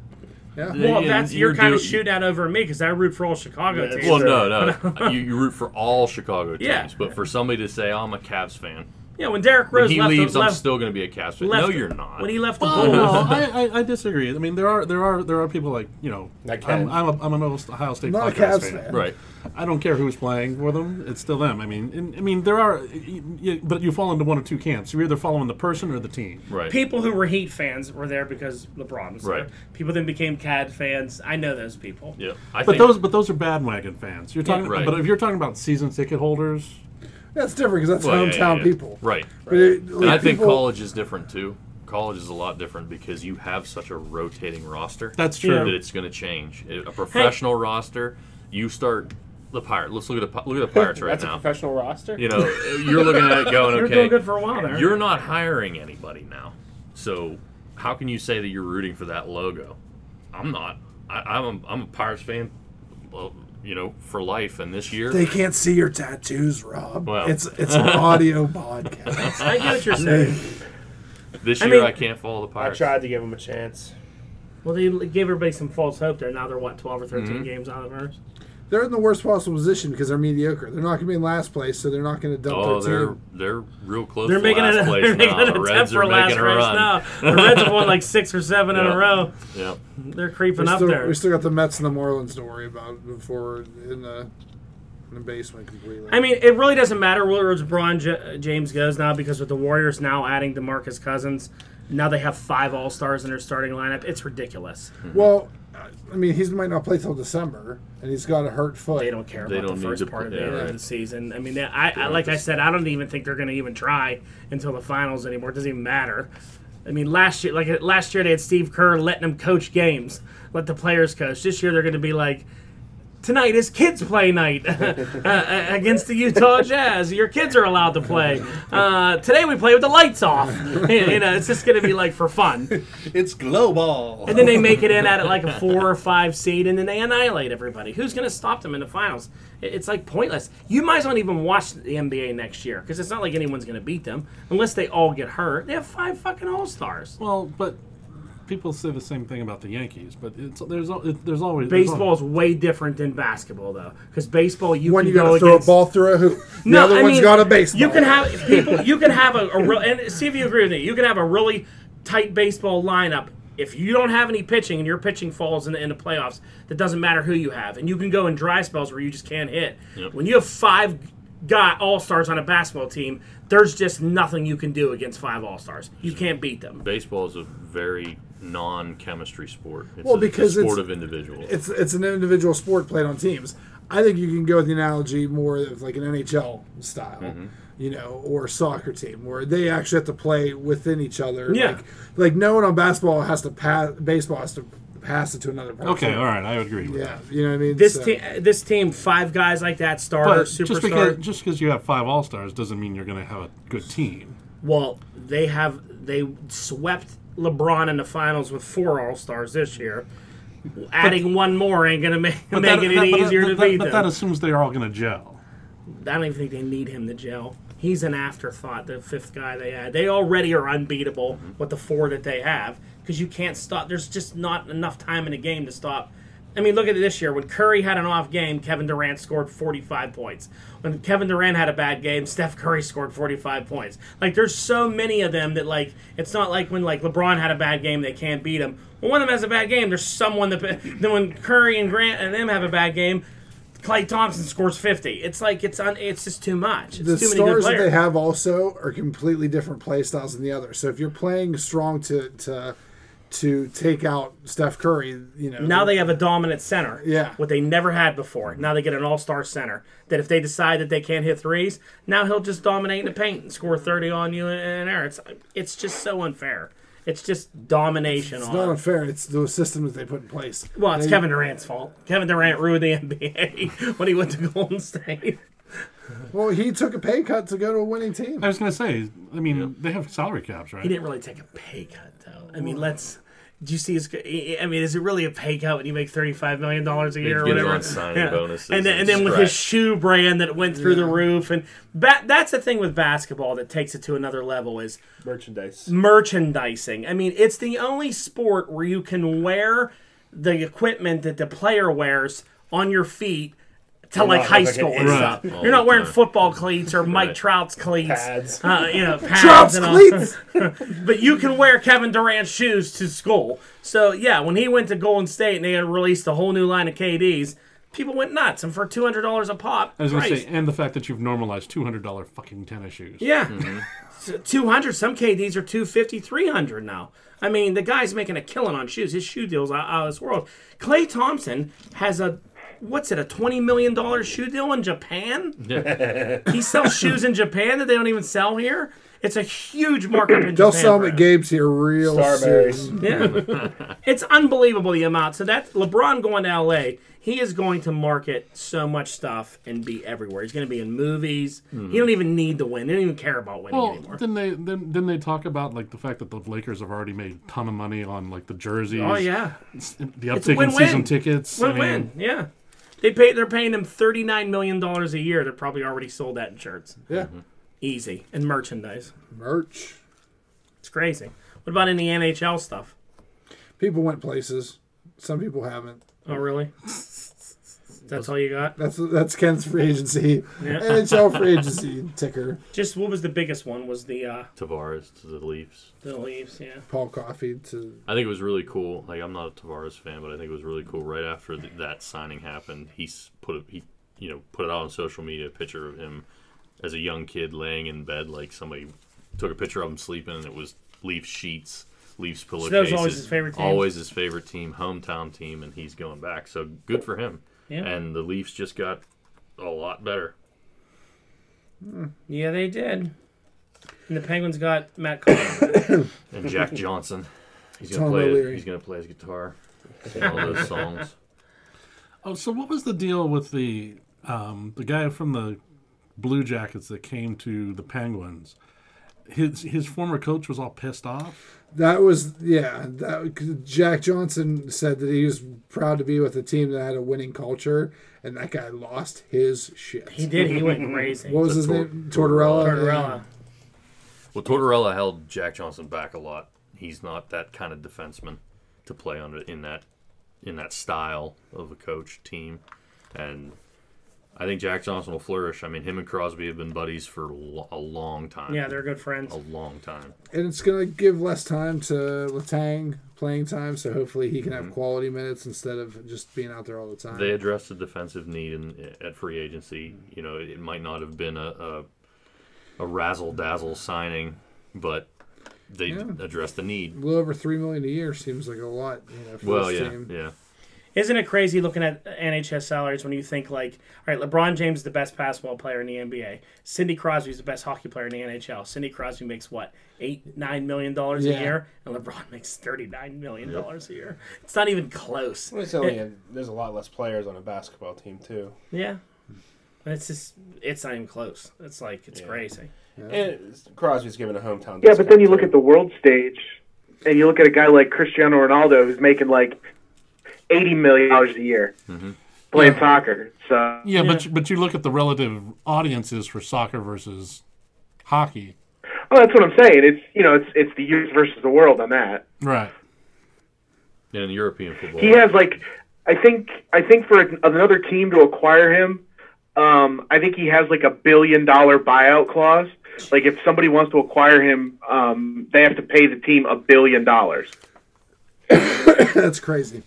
Speaker 1: Yeah.
Speaker 2: Well,
Speaker 6: And
Speaker 2: that's
Speaker 6: you're
Speaker 2: your kind of
Speaker 6: do-
Speaker 2: shootout over me because I root for all Chicago
Speaker 3: Yeah,
Speaker 2: teams.
Speaker 6: Well, no, no. you, you root for all Chicago teams,
Speaker 2: Yeah.
Speaker 6: but for somebody to say, "Oh, I'm a Cavs fan,"
Speaker 2: Yeah, when Derrick
Speaker 6: when
Speaker 2: Rose
Speaker 6: he
Speaker 2: left,
Speaker 6: leaves,
Speaker 2: the,
Speaker 6: I'm
Speaker 2: left,
Speaker 6: still going to be a Cavs fan.
Speaker 2: left
Speaker 6: no, you're not.
Speaker 2: when he left the
Speaker 4: Oh,
Speaker 2: Bulls.
Speaker 4: no, I, I, I disagree. I mean, there are there are there are people like you know.
Speaker 3: Like
Speaker 4: I'm,
Speaker 3: Ken.
Speaker 4: I'm, a, I'm an Ohio State
Speaker 1: Not a
Speaker 4: Buckeyes
Speaker 1: Cavs fan.
Speaker 6: right.
Speaker 4: I don't care who's playing for them; it's still them. I mean, and, I mean, there are, y- y- but you fall into one of two camps. You're either following the person or the team.
Speaker 6: Right.
Speaker 2: People who were Heat fans were there because LeBron was
Speaker 6: Right.
Speaker 2: there. People then became CAD fans. I know those people.
Speaker 6: yeah. I
Speaker 4: But
Speaker 6: think,
Speaker 4: those, but those are bandwagon fans. You're talking,
Speaker 6: Yeah, right.
Speaker 4: but if you're talking about season ticket holders,
Speaker 1: That's different because that's
Speaker 6: Well, yeah,
Speaker 1: hometown
Speaker 6: yeah, yeah.
Speaker 1: people.
Speaker 6: Right.
Speaker 1: But it, like,
Speaker 6: and I think
Speaker 1: people-
Speaker 6: college is different too. College is a lot different because you have such a rotating roster.
Speaker 4: that's
Speaker 2: Yeah.
Speaker 4: true.
Speaker 6: that it's going to change. A professional roster, you start the pirate. Let's look at the Pi- look at the Pirates right
Speaker 3: That's a
Speaker 6: now.
Speaker 3: professional roster.
Speaker 6: You know, you're looking at it going,
Speaker 2: They were
Speaker 6: okay,
Speaker 2: doing good for a while there.
Speaker 6: you're not hiring anybody now. So how can you say that you're rooting for that logo? I'm not. I, I'm a, I'm a Pirates fan. Well, you know, for life. And this year,
Speaker 1: They can't see your tattoos, Rob.
Speaker 6: Well.
Speaker 1: It's it's an audio podcast.
Speaker 2: I get what you're saying.
Speaker 6: this
Speaker 2: I
Speaker 6: year I,
Speaker 2: mean-
Speaker 6: can't follow the
Speaker 3: I
Speaker 6: Pirates.
Speaker 3: tried to give him a chance.
Speaker 2: Well, they gave everybody some false hope there. Now they're what, twelve or 13
Speaker 6: Mm-hmm.
Speaker 2: games out of ours.
Speaker 1: they're in the worst possible position because they're mediocre. They're not going to be in last place, so they're not going to dump
Speaker 6: Oh,
Speaker 1: their
Speaker 6: they're
Speaker 1: team.
Speaker 6: they're real close.
Speaker 2: They're
Speaker 6: to
Speaker 2: making
Speaker 6: last
Speaker 2: it.
Speaker 6: place
Speaker 2: They're making
Speaker 6: now.
Speaker 2: it
Speaker 6: The
Speaker 2: a
Speaker 6: Reds
Speaker 2: attempt for
Speaker 6: are
Speaker 2: last
Speaker 6: making a
Speaker 2: race
Speaker 6: run.
Speaker 2: now. The Reds have won like six or seven in
Speaker 6: Yeah.
Speaker 2: a row.
Speaker 6: Yep.
Speaker 2: They're creeping
Speaker 1: We
Speaker 2: up
Speaker 1: still,
Speaker 2: there.
Speaker 1: we still got the Mets and the Marlins to worry about before we're in the in the basement completely.
Speaker 2: I mean, it really doesn't matter where LeBron J- James goes now because with the Warriors now adding DeMarcus Cousins, now they have five All Stars in their starting lineup. It's ridiculous.
Speaker 1: well, I mean, he might not play till December, and he's got a hurt foot.
Speaker 2: They don't care
Speaker 6: They
Speaker 2: about
Speaker 6: don't
Speaker 2: the
Speaker 6: need
Speaker 2: first
Speaker 6: to
Speaker 2: part of
Speaker 6: put-
Speaker 2: the,
Speaker 6: yeah,
Speaker 2: end of
Speaker 6: right.
Speaker 2: the season. I mean, I, I
Speaker 6: don't
Speaker 2: like I
Speaker 6: just-
Speaker 2: said, I don't even think they're going to even try until the finals anymore. It doesn't even matter. I mean, last year, like last year, they had Steve Kerr letting them coach games, let the players coach. This year, they're going to be like. Tonight is kids' play night uh, against the Utah Jazz. Your kids are allowed to play. Uh, today we play with the lights off. you know, it's just going to be like for fun.
Speaker 4: It's global.
Speaker 2: And then they make it in at like a four or five seed, and then they annihilate everybody. Who's going to stop them in the finals? It- It's like pointless. You might as well even watch the NBA next year because it's not like anyone's going to beat them unless they all get hurt. They have five fucking all stars.
Speaker 4: Well, but people say the same thing about the Yankees, but it's there's al- it, there's always there's
Speaker 2: Baseball is way different than basketball, though, because baseball you
Speaker 1: when
Speaker 2: can
Speaker 1: you got
Speaker 2: go
Speaker 1: to throw a
Speaker 2: against-
Speaker 1: ball through a hoop. The
Speaker 2: No,
Speaker 1: other
Speaker 2: I
Speaker 1: one's
Speaker 2: mean,
Speaker 1: got a baseball.
Speaker 2: You can have people. You can have a, a real, and see if you agree with me. You can have a really tight baseball lineup. If you don't have any pitching and your pitching falls in the, in the playoffs, that doesn't matter who you have, and you can go in dry spells where you just can't hit.
Speaker 6: Yep.
Speaker 2: When you have five got all stars on a basketball team, there's just nothing you can do against five all stars. You can't beat them.
Speaker 6: Baseball is a very non-chemistry sport. It's
Speaker 1: Well,
Speaker 6: a,
Speaker 1: because
Speaker 6: it's a
Speaker 1: it's-
Speaker 6: sport of individuals.
Speaker 1: it's it's an individual sport played on teams. I think you can go with the analogy more of like an NHL style,
Speaker 4: Mm-hmm.
Speaker 1: you know, or soccer team where they actually have to play within each other.
Speaker 2: Yeah.
Speaker 1: Like, like no one on basketball has to pass. Baseball has to pass it to another person.
Speaker 4: Okay, all right, I would agree with
Speaker 1: Yeah,
Speaker 4: that.
Speaker 1: you know what I mean.
Speaker 2: This
Speaker 1: So-
Speaker 2: team, this team, five guys like that, starter,
Speaker 4: But just because
Speaker 2: superstar.
Speaker 4: just because you have five All Stars doesn't mean you're going to have a good team.
Speaker 2: Well, they have they swept LeBron in the finals with four All Stars this year. Adding one more ain't gonna make, make
Speaker 4: that,
Speaker 2: it
Speaker 4: that-
Speaker 2: any
Speaker 4: but that-
Speaker 2: easier to
Speaker 4: but that-
Speaker 2: beat
Speaker 4: But
Speaker 2: them.
Speaker 4: that assumes they are all going to gel.
Speaker 2: I don't even think they need him to gel. He's an afterthought, the fifth guy they had. They already are unbeatable with the four that they have because you can't stop. There's just not enough time in a game to stop. I mean, look at it this year. When Curry had an off game, Kevin Durant scored 45 points. When Kevin Durant had a bad game, Steph Curry scored 45 points. Like, there's so many of them that, like, it's not like when, like, LeBron had a bad game, they can't beat him. When one of them has a bad game, there's someone that. Then when Curry and Grant and them have a bad game, Clay Thompson scores 50. It's like it's un, it's just too much. It's
Speaker 1: the
Speaker 2: too many good
Speaker 1: stars that
Speaker 2: players.
Speaker 1: they have also are completely different play styles than the other. So if you're playing strong to to to take out Steph Curry, you know
Speaker 2: now they have a dominant center.
Speaker 1: Yeah.
Speaker 2: What they never had before. Now they get an all-star center that if they decide that they can't hit threes, now he'll just dominate in the paint and score 30 on you in an air. It's it's just so unfair. It's just domination
Speaker 1: It's
Speaker 2: on.
Speaker 1: not unfair. It's the system that they put in place.
Speaker 2: well, it's
Speaker 1: They-
Speaker 2: Kevin Durant's fault. Kevin Durant ruined the NBA when he went to Golden State.
Speaker 1: Well, he took a pay cut to go to a winning team.
Speaker 4: I was going to say, I mean, they have salary caps, right?
Speaker 2: He didn't really take a pay cut, though. I mean, let's. Do you see his? I mean, is it really a pay cut when you make thirty-five million dollars a year or
Speaker 6: get
Speaker 2: whatever?
Speaker 6: on signing bonuses
Speaker 2: and then,
Speaker 6: and
Speaker 2: and then with his
Speaker 6: stretch.
Speaker 2: shoe brand that went through the roof, and ba- that's the thing with basketball that takes it to another level is
Speaker 3: Merchandise.
Speaker 2: merchandising. I mean, it's the only sport where you can wear the equipment that the player wears on your feet to like
Speaker 3: not
Speaker 2: high
Speaker 3: like an
Speaker 2: school and
Speaker 3: idiot.
Speaker 2: stuff.
Speaker 6: All
Speaker 2: You're not
Speaker 6: the
Speaker 2: wearing
Speaker 6: time.
Speaker 2: football cleats or Mike
Speaker 6: Right.
Speaker 2: Trout's cleats.
Speaker 3: Pads.
Speaker 2: Uh, you know, pads
Speaker 1: Drops
Speaker 2: and all-
Speaker 1: cleats.
Speaker 2: but you can wear Kevin Durant's shoes to school. So yeah, when he went to Golden State and they had released a whole new line of KDs, people went nuts. And for two hundred dollars a pop,
Speaker 4: I was going to
Speaker 2: Christ.
Speaker 4: say, eh. and the fact that you've normalized two hundred dollar fucking tennis shoes.
Speaker 2: yeah, hundred. Some KDs are 250, 300 now. I mean, the guy's making a killing on shoes. His shoe deals out, out of this world. Clay Thompson has a what's it a twenty million dollar shoe deal in Japan? he sells shoes in Japan that they don't even sell here. It's a huge markup in
Speaker 1: They'll
Speaker 2: Japan.
Speaker 1: sell
Speaker 2: for
Speaker 1: them
Speaker 2: him.
Speaker 1: at Gabe's here real soon.
Speaker 3: Starberries.
Speaker 2: Yeah. it's unbelievable the amount. So that LeBron going to LA, he is going to market so much stuff and be everywhere. He's going to be in movies. He don't even need to win. He don't even care about winning
Speaker 4: Well,
Speaker 2: anymore.
Speaker 4: then they then then they talk about like the fact that the Lakers have already made a ton of money on like the jerseys.
Speaker 2: oh yeah,
Speaker 4: the uptick in
Speaker 2: win-win.
Speaker 4: season tickets. I
Speaker 2: win win.
Speaker 4: mean,
Speaker 2: Yeah. They pay. They're paying them thirty nine million dollars a year. They're probably already sold that in shirts,
Speaker 1: Yeah.
Speaker 2: easy, and merchandise.
Speaker 1: Merch.
Speaker 2: It's crazy. What about any NHL stuff?
Speaker 1: People went places. Some people haven't.
Speaker 2: Oh, really? That's all you got?
Speaker 1: That's that's Ken's free agency. NHL free agency ticker.
Speaker 2: Just what was the biggest one? Was the uh,
Speaker 6: Tavares to the Leafs.
Speaker 2: the leaves? Yeah.
Speaker 1: Paul Coffey to
Speaker 6: I think it was really cool. Like I'm not a Tavares fan, but I think it was really cool. Right after th- that signing happened, he s- put a, he you know put it out on social media a picture of him as a young kid laying in bed, like somebody took a picture of him sleeping, and it was Leaf sheets, Leafs pillowcases.
Speaker 2: that was always his favorite team.
Speaker 6: Always his favorite team, hometown team, and he's going back. So good for him.
Speaker 2: Yeah.
Speaker 6: And the Leafs just got a lot better.
Speaker 2: Yeah, they did. And the Penguins got Matt Cullen.
Speaker 6: And Jack Johnson, he's
Speaker 1: Tom
Speaker 6: gonna play.
Speaker 1: O'Leary.
Speaker 6: He's gonna play his guitar, sing all those songs.
Speaker 4: Oh, so what was the deal with the um, the guy from the Blue Jackets that came to the Penguins? His his former coach was all pissed off.
Speaker 1: That was yeah. That Jack Johnson said that he was proud to be with a team that had a winning culture, and that guy lost his shit.
Speaker 2: he did. He went crazy.
Speaker 1: What was his
Speaker 6: Tor-
Speaker 1: name? Tortorella.
Speaker 2: Tortorella.
Speaker 6: Well, Tortorella held Jack Johnson back a lot. He's not that kind of defenseman to play under in that in that style of a coach team, and I think Jack Johnson will flourish. I mean, him and Crosby have been buddies for lo- a long time.
Speaker 2: Yeah, they're good friends.
Speaker 6: a long time.
Speaker 1: and it's gonna give less time to Latang playing time, so hopefully he can have quality minutes instead of just being out there all the time.
Speaker 6: Mm-hmm. They addressed the defensive need in, at free agency. You know, it might not have been a a, a razzle dazzle signing, but they addressed the
Speaker 1: a
Speaker 6: need.
Speaker 1: little over three million a year seems like a lot, you know, for
Speaker 6: Well,
Speaker 1: this
Speaker 6: yeah,
Speaker 1: team.
Speaker 6: yeah.
Speaker 2: Isn't it crazy looking at NHS salaries when you think like, all right, LeBron James is the best basketball player in the NBA. Cindy Crosby's the best hockey player in the NHL. Cindy Crosby makes what eight, nine million dollars
Speaker 1: Yeah.
Speaker 2: a year, and LeBron makes thirty nine million dollars a year. It's not even close.
Speaker 3: Well, it's only a, there's a lot less players on a basketball team too.
Speaker 2: Yeah, And it's just it's not even close. It's like it's crazy.
Speaker 3: And Crosby's given a hometown.
Speaker 5: Yeah, but then you
Speaker 3: discount,
Speaker 5: look at the world stage, and you look at a guy like Cristiano Ronaldo who's making like eighty million dollars a year playing soccer. So oh,
Speaker 4: Yeah, but you- but you look at the relative audiences for soccer versus hockey.
Speaker 5: oh, that's what I'm saying. It's you know, it's it's the youth versus the world on that.
Speaker 4: Right.
Speaker 6: And in European football,
Speaker 5: He has like, I think I think for an- another team to acquire him, um, I think he has like a billion dollar buyout clause. Like if somebody wants to acquire him, um, they have to pay the team a billion dollars.
Speaker 1: That's crazy.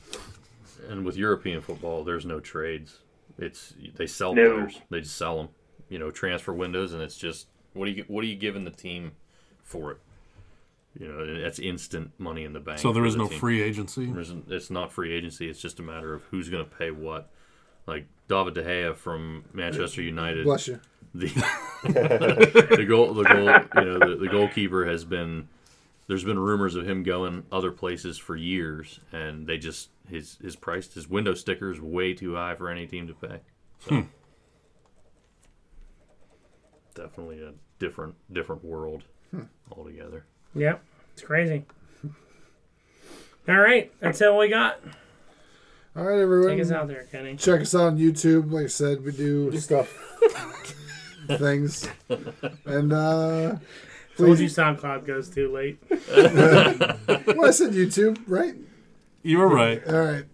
Speaker 6: and with European football, there's no trades. It's they sell
Speaker 5: No.
Speaker 6: players. They just sell them. You know, transfer windows, and it's just what are you what are you giving the team for it? You know, that's instant money in the bank.
Speaker 4: So there
Speaker 6: for
Speaker 4: is
Speaker 6: the
Speaker 4: no
Speaker 6: team.
Speaker 4: free agency.
Speaker 6: There isn't- It's not free agency. It's just a matter of who's going to pay what. Like David De Gea from Manchester United
Speaker 1: Bless you.
Speaker 6: the the goal the goal you know the, the goalkeeper has been there's been rumors of him going other places for years and they just his his price his window sticker is way too high for any team to pay so definitely a different different world altogether
Speaker 2: Yeah, it's crazy. All right, that's all we got.
Speaker 1: All right, everyone.
Speaker 2: Take us out there, Kenny.
Speaker 1: Check us out on YouTube. Like I said, we do stuff, things, and uh,
Speaker 2: Told you
Speaker 1: please.
Speaker 2: SoundCloud goes too late.
Speaker 1: Well, I said YouTube, right?
Speaker 4: You were right.
Speaker 1: All right.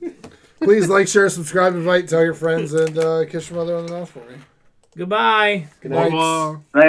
Speaker 1: Please like, share, subscribe, invite, tell your friends, and uh, kiss your mother on the mouth for me.
Speaker 2: Goodbye.
Speaker 1: Good night.
Speaker 4: Bye-bye.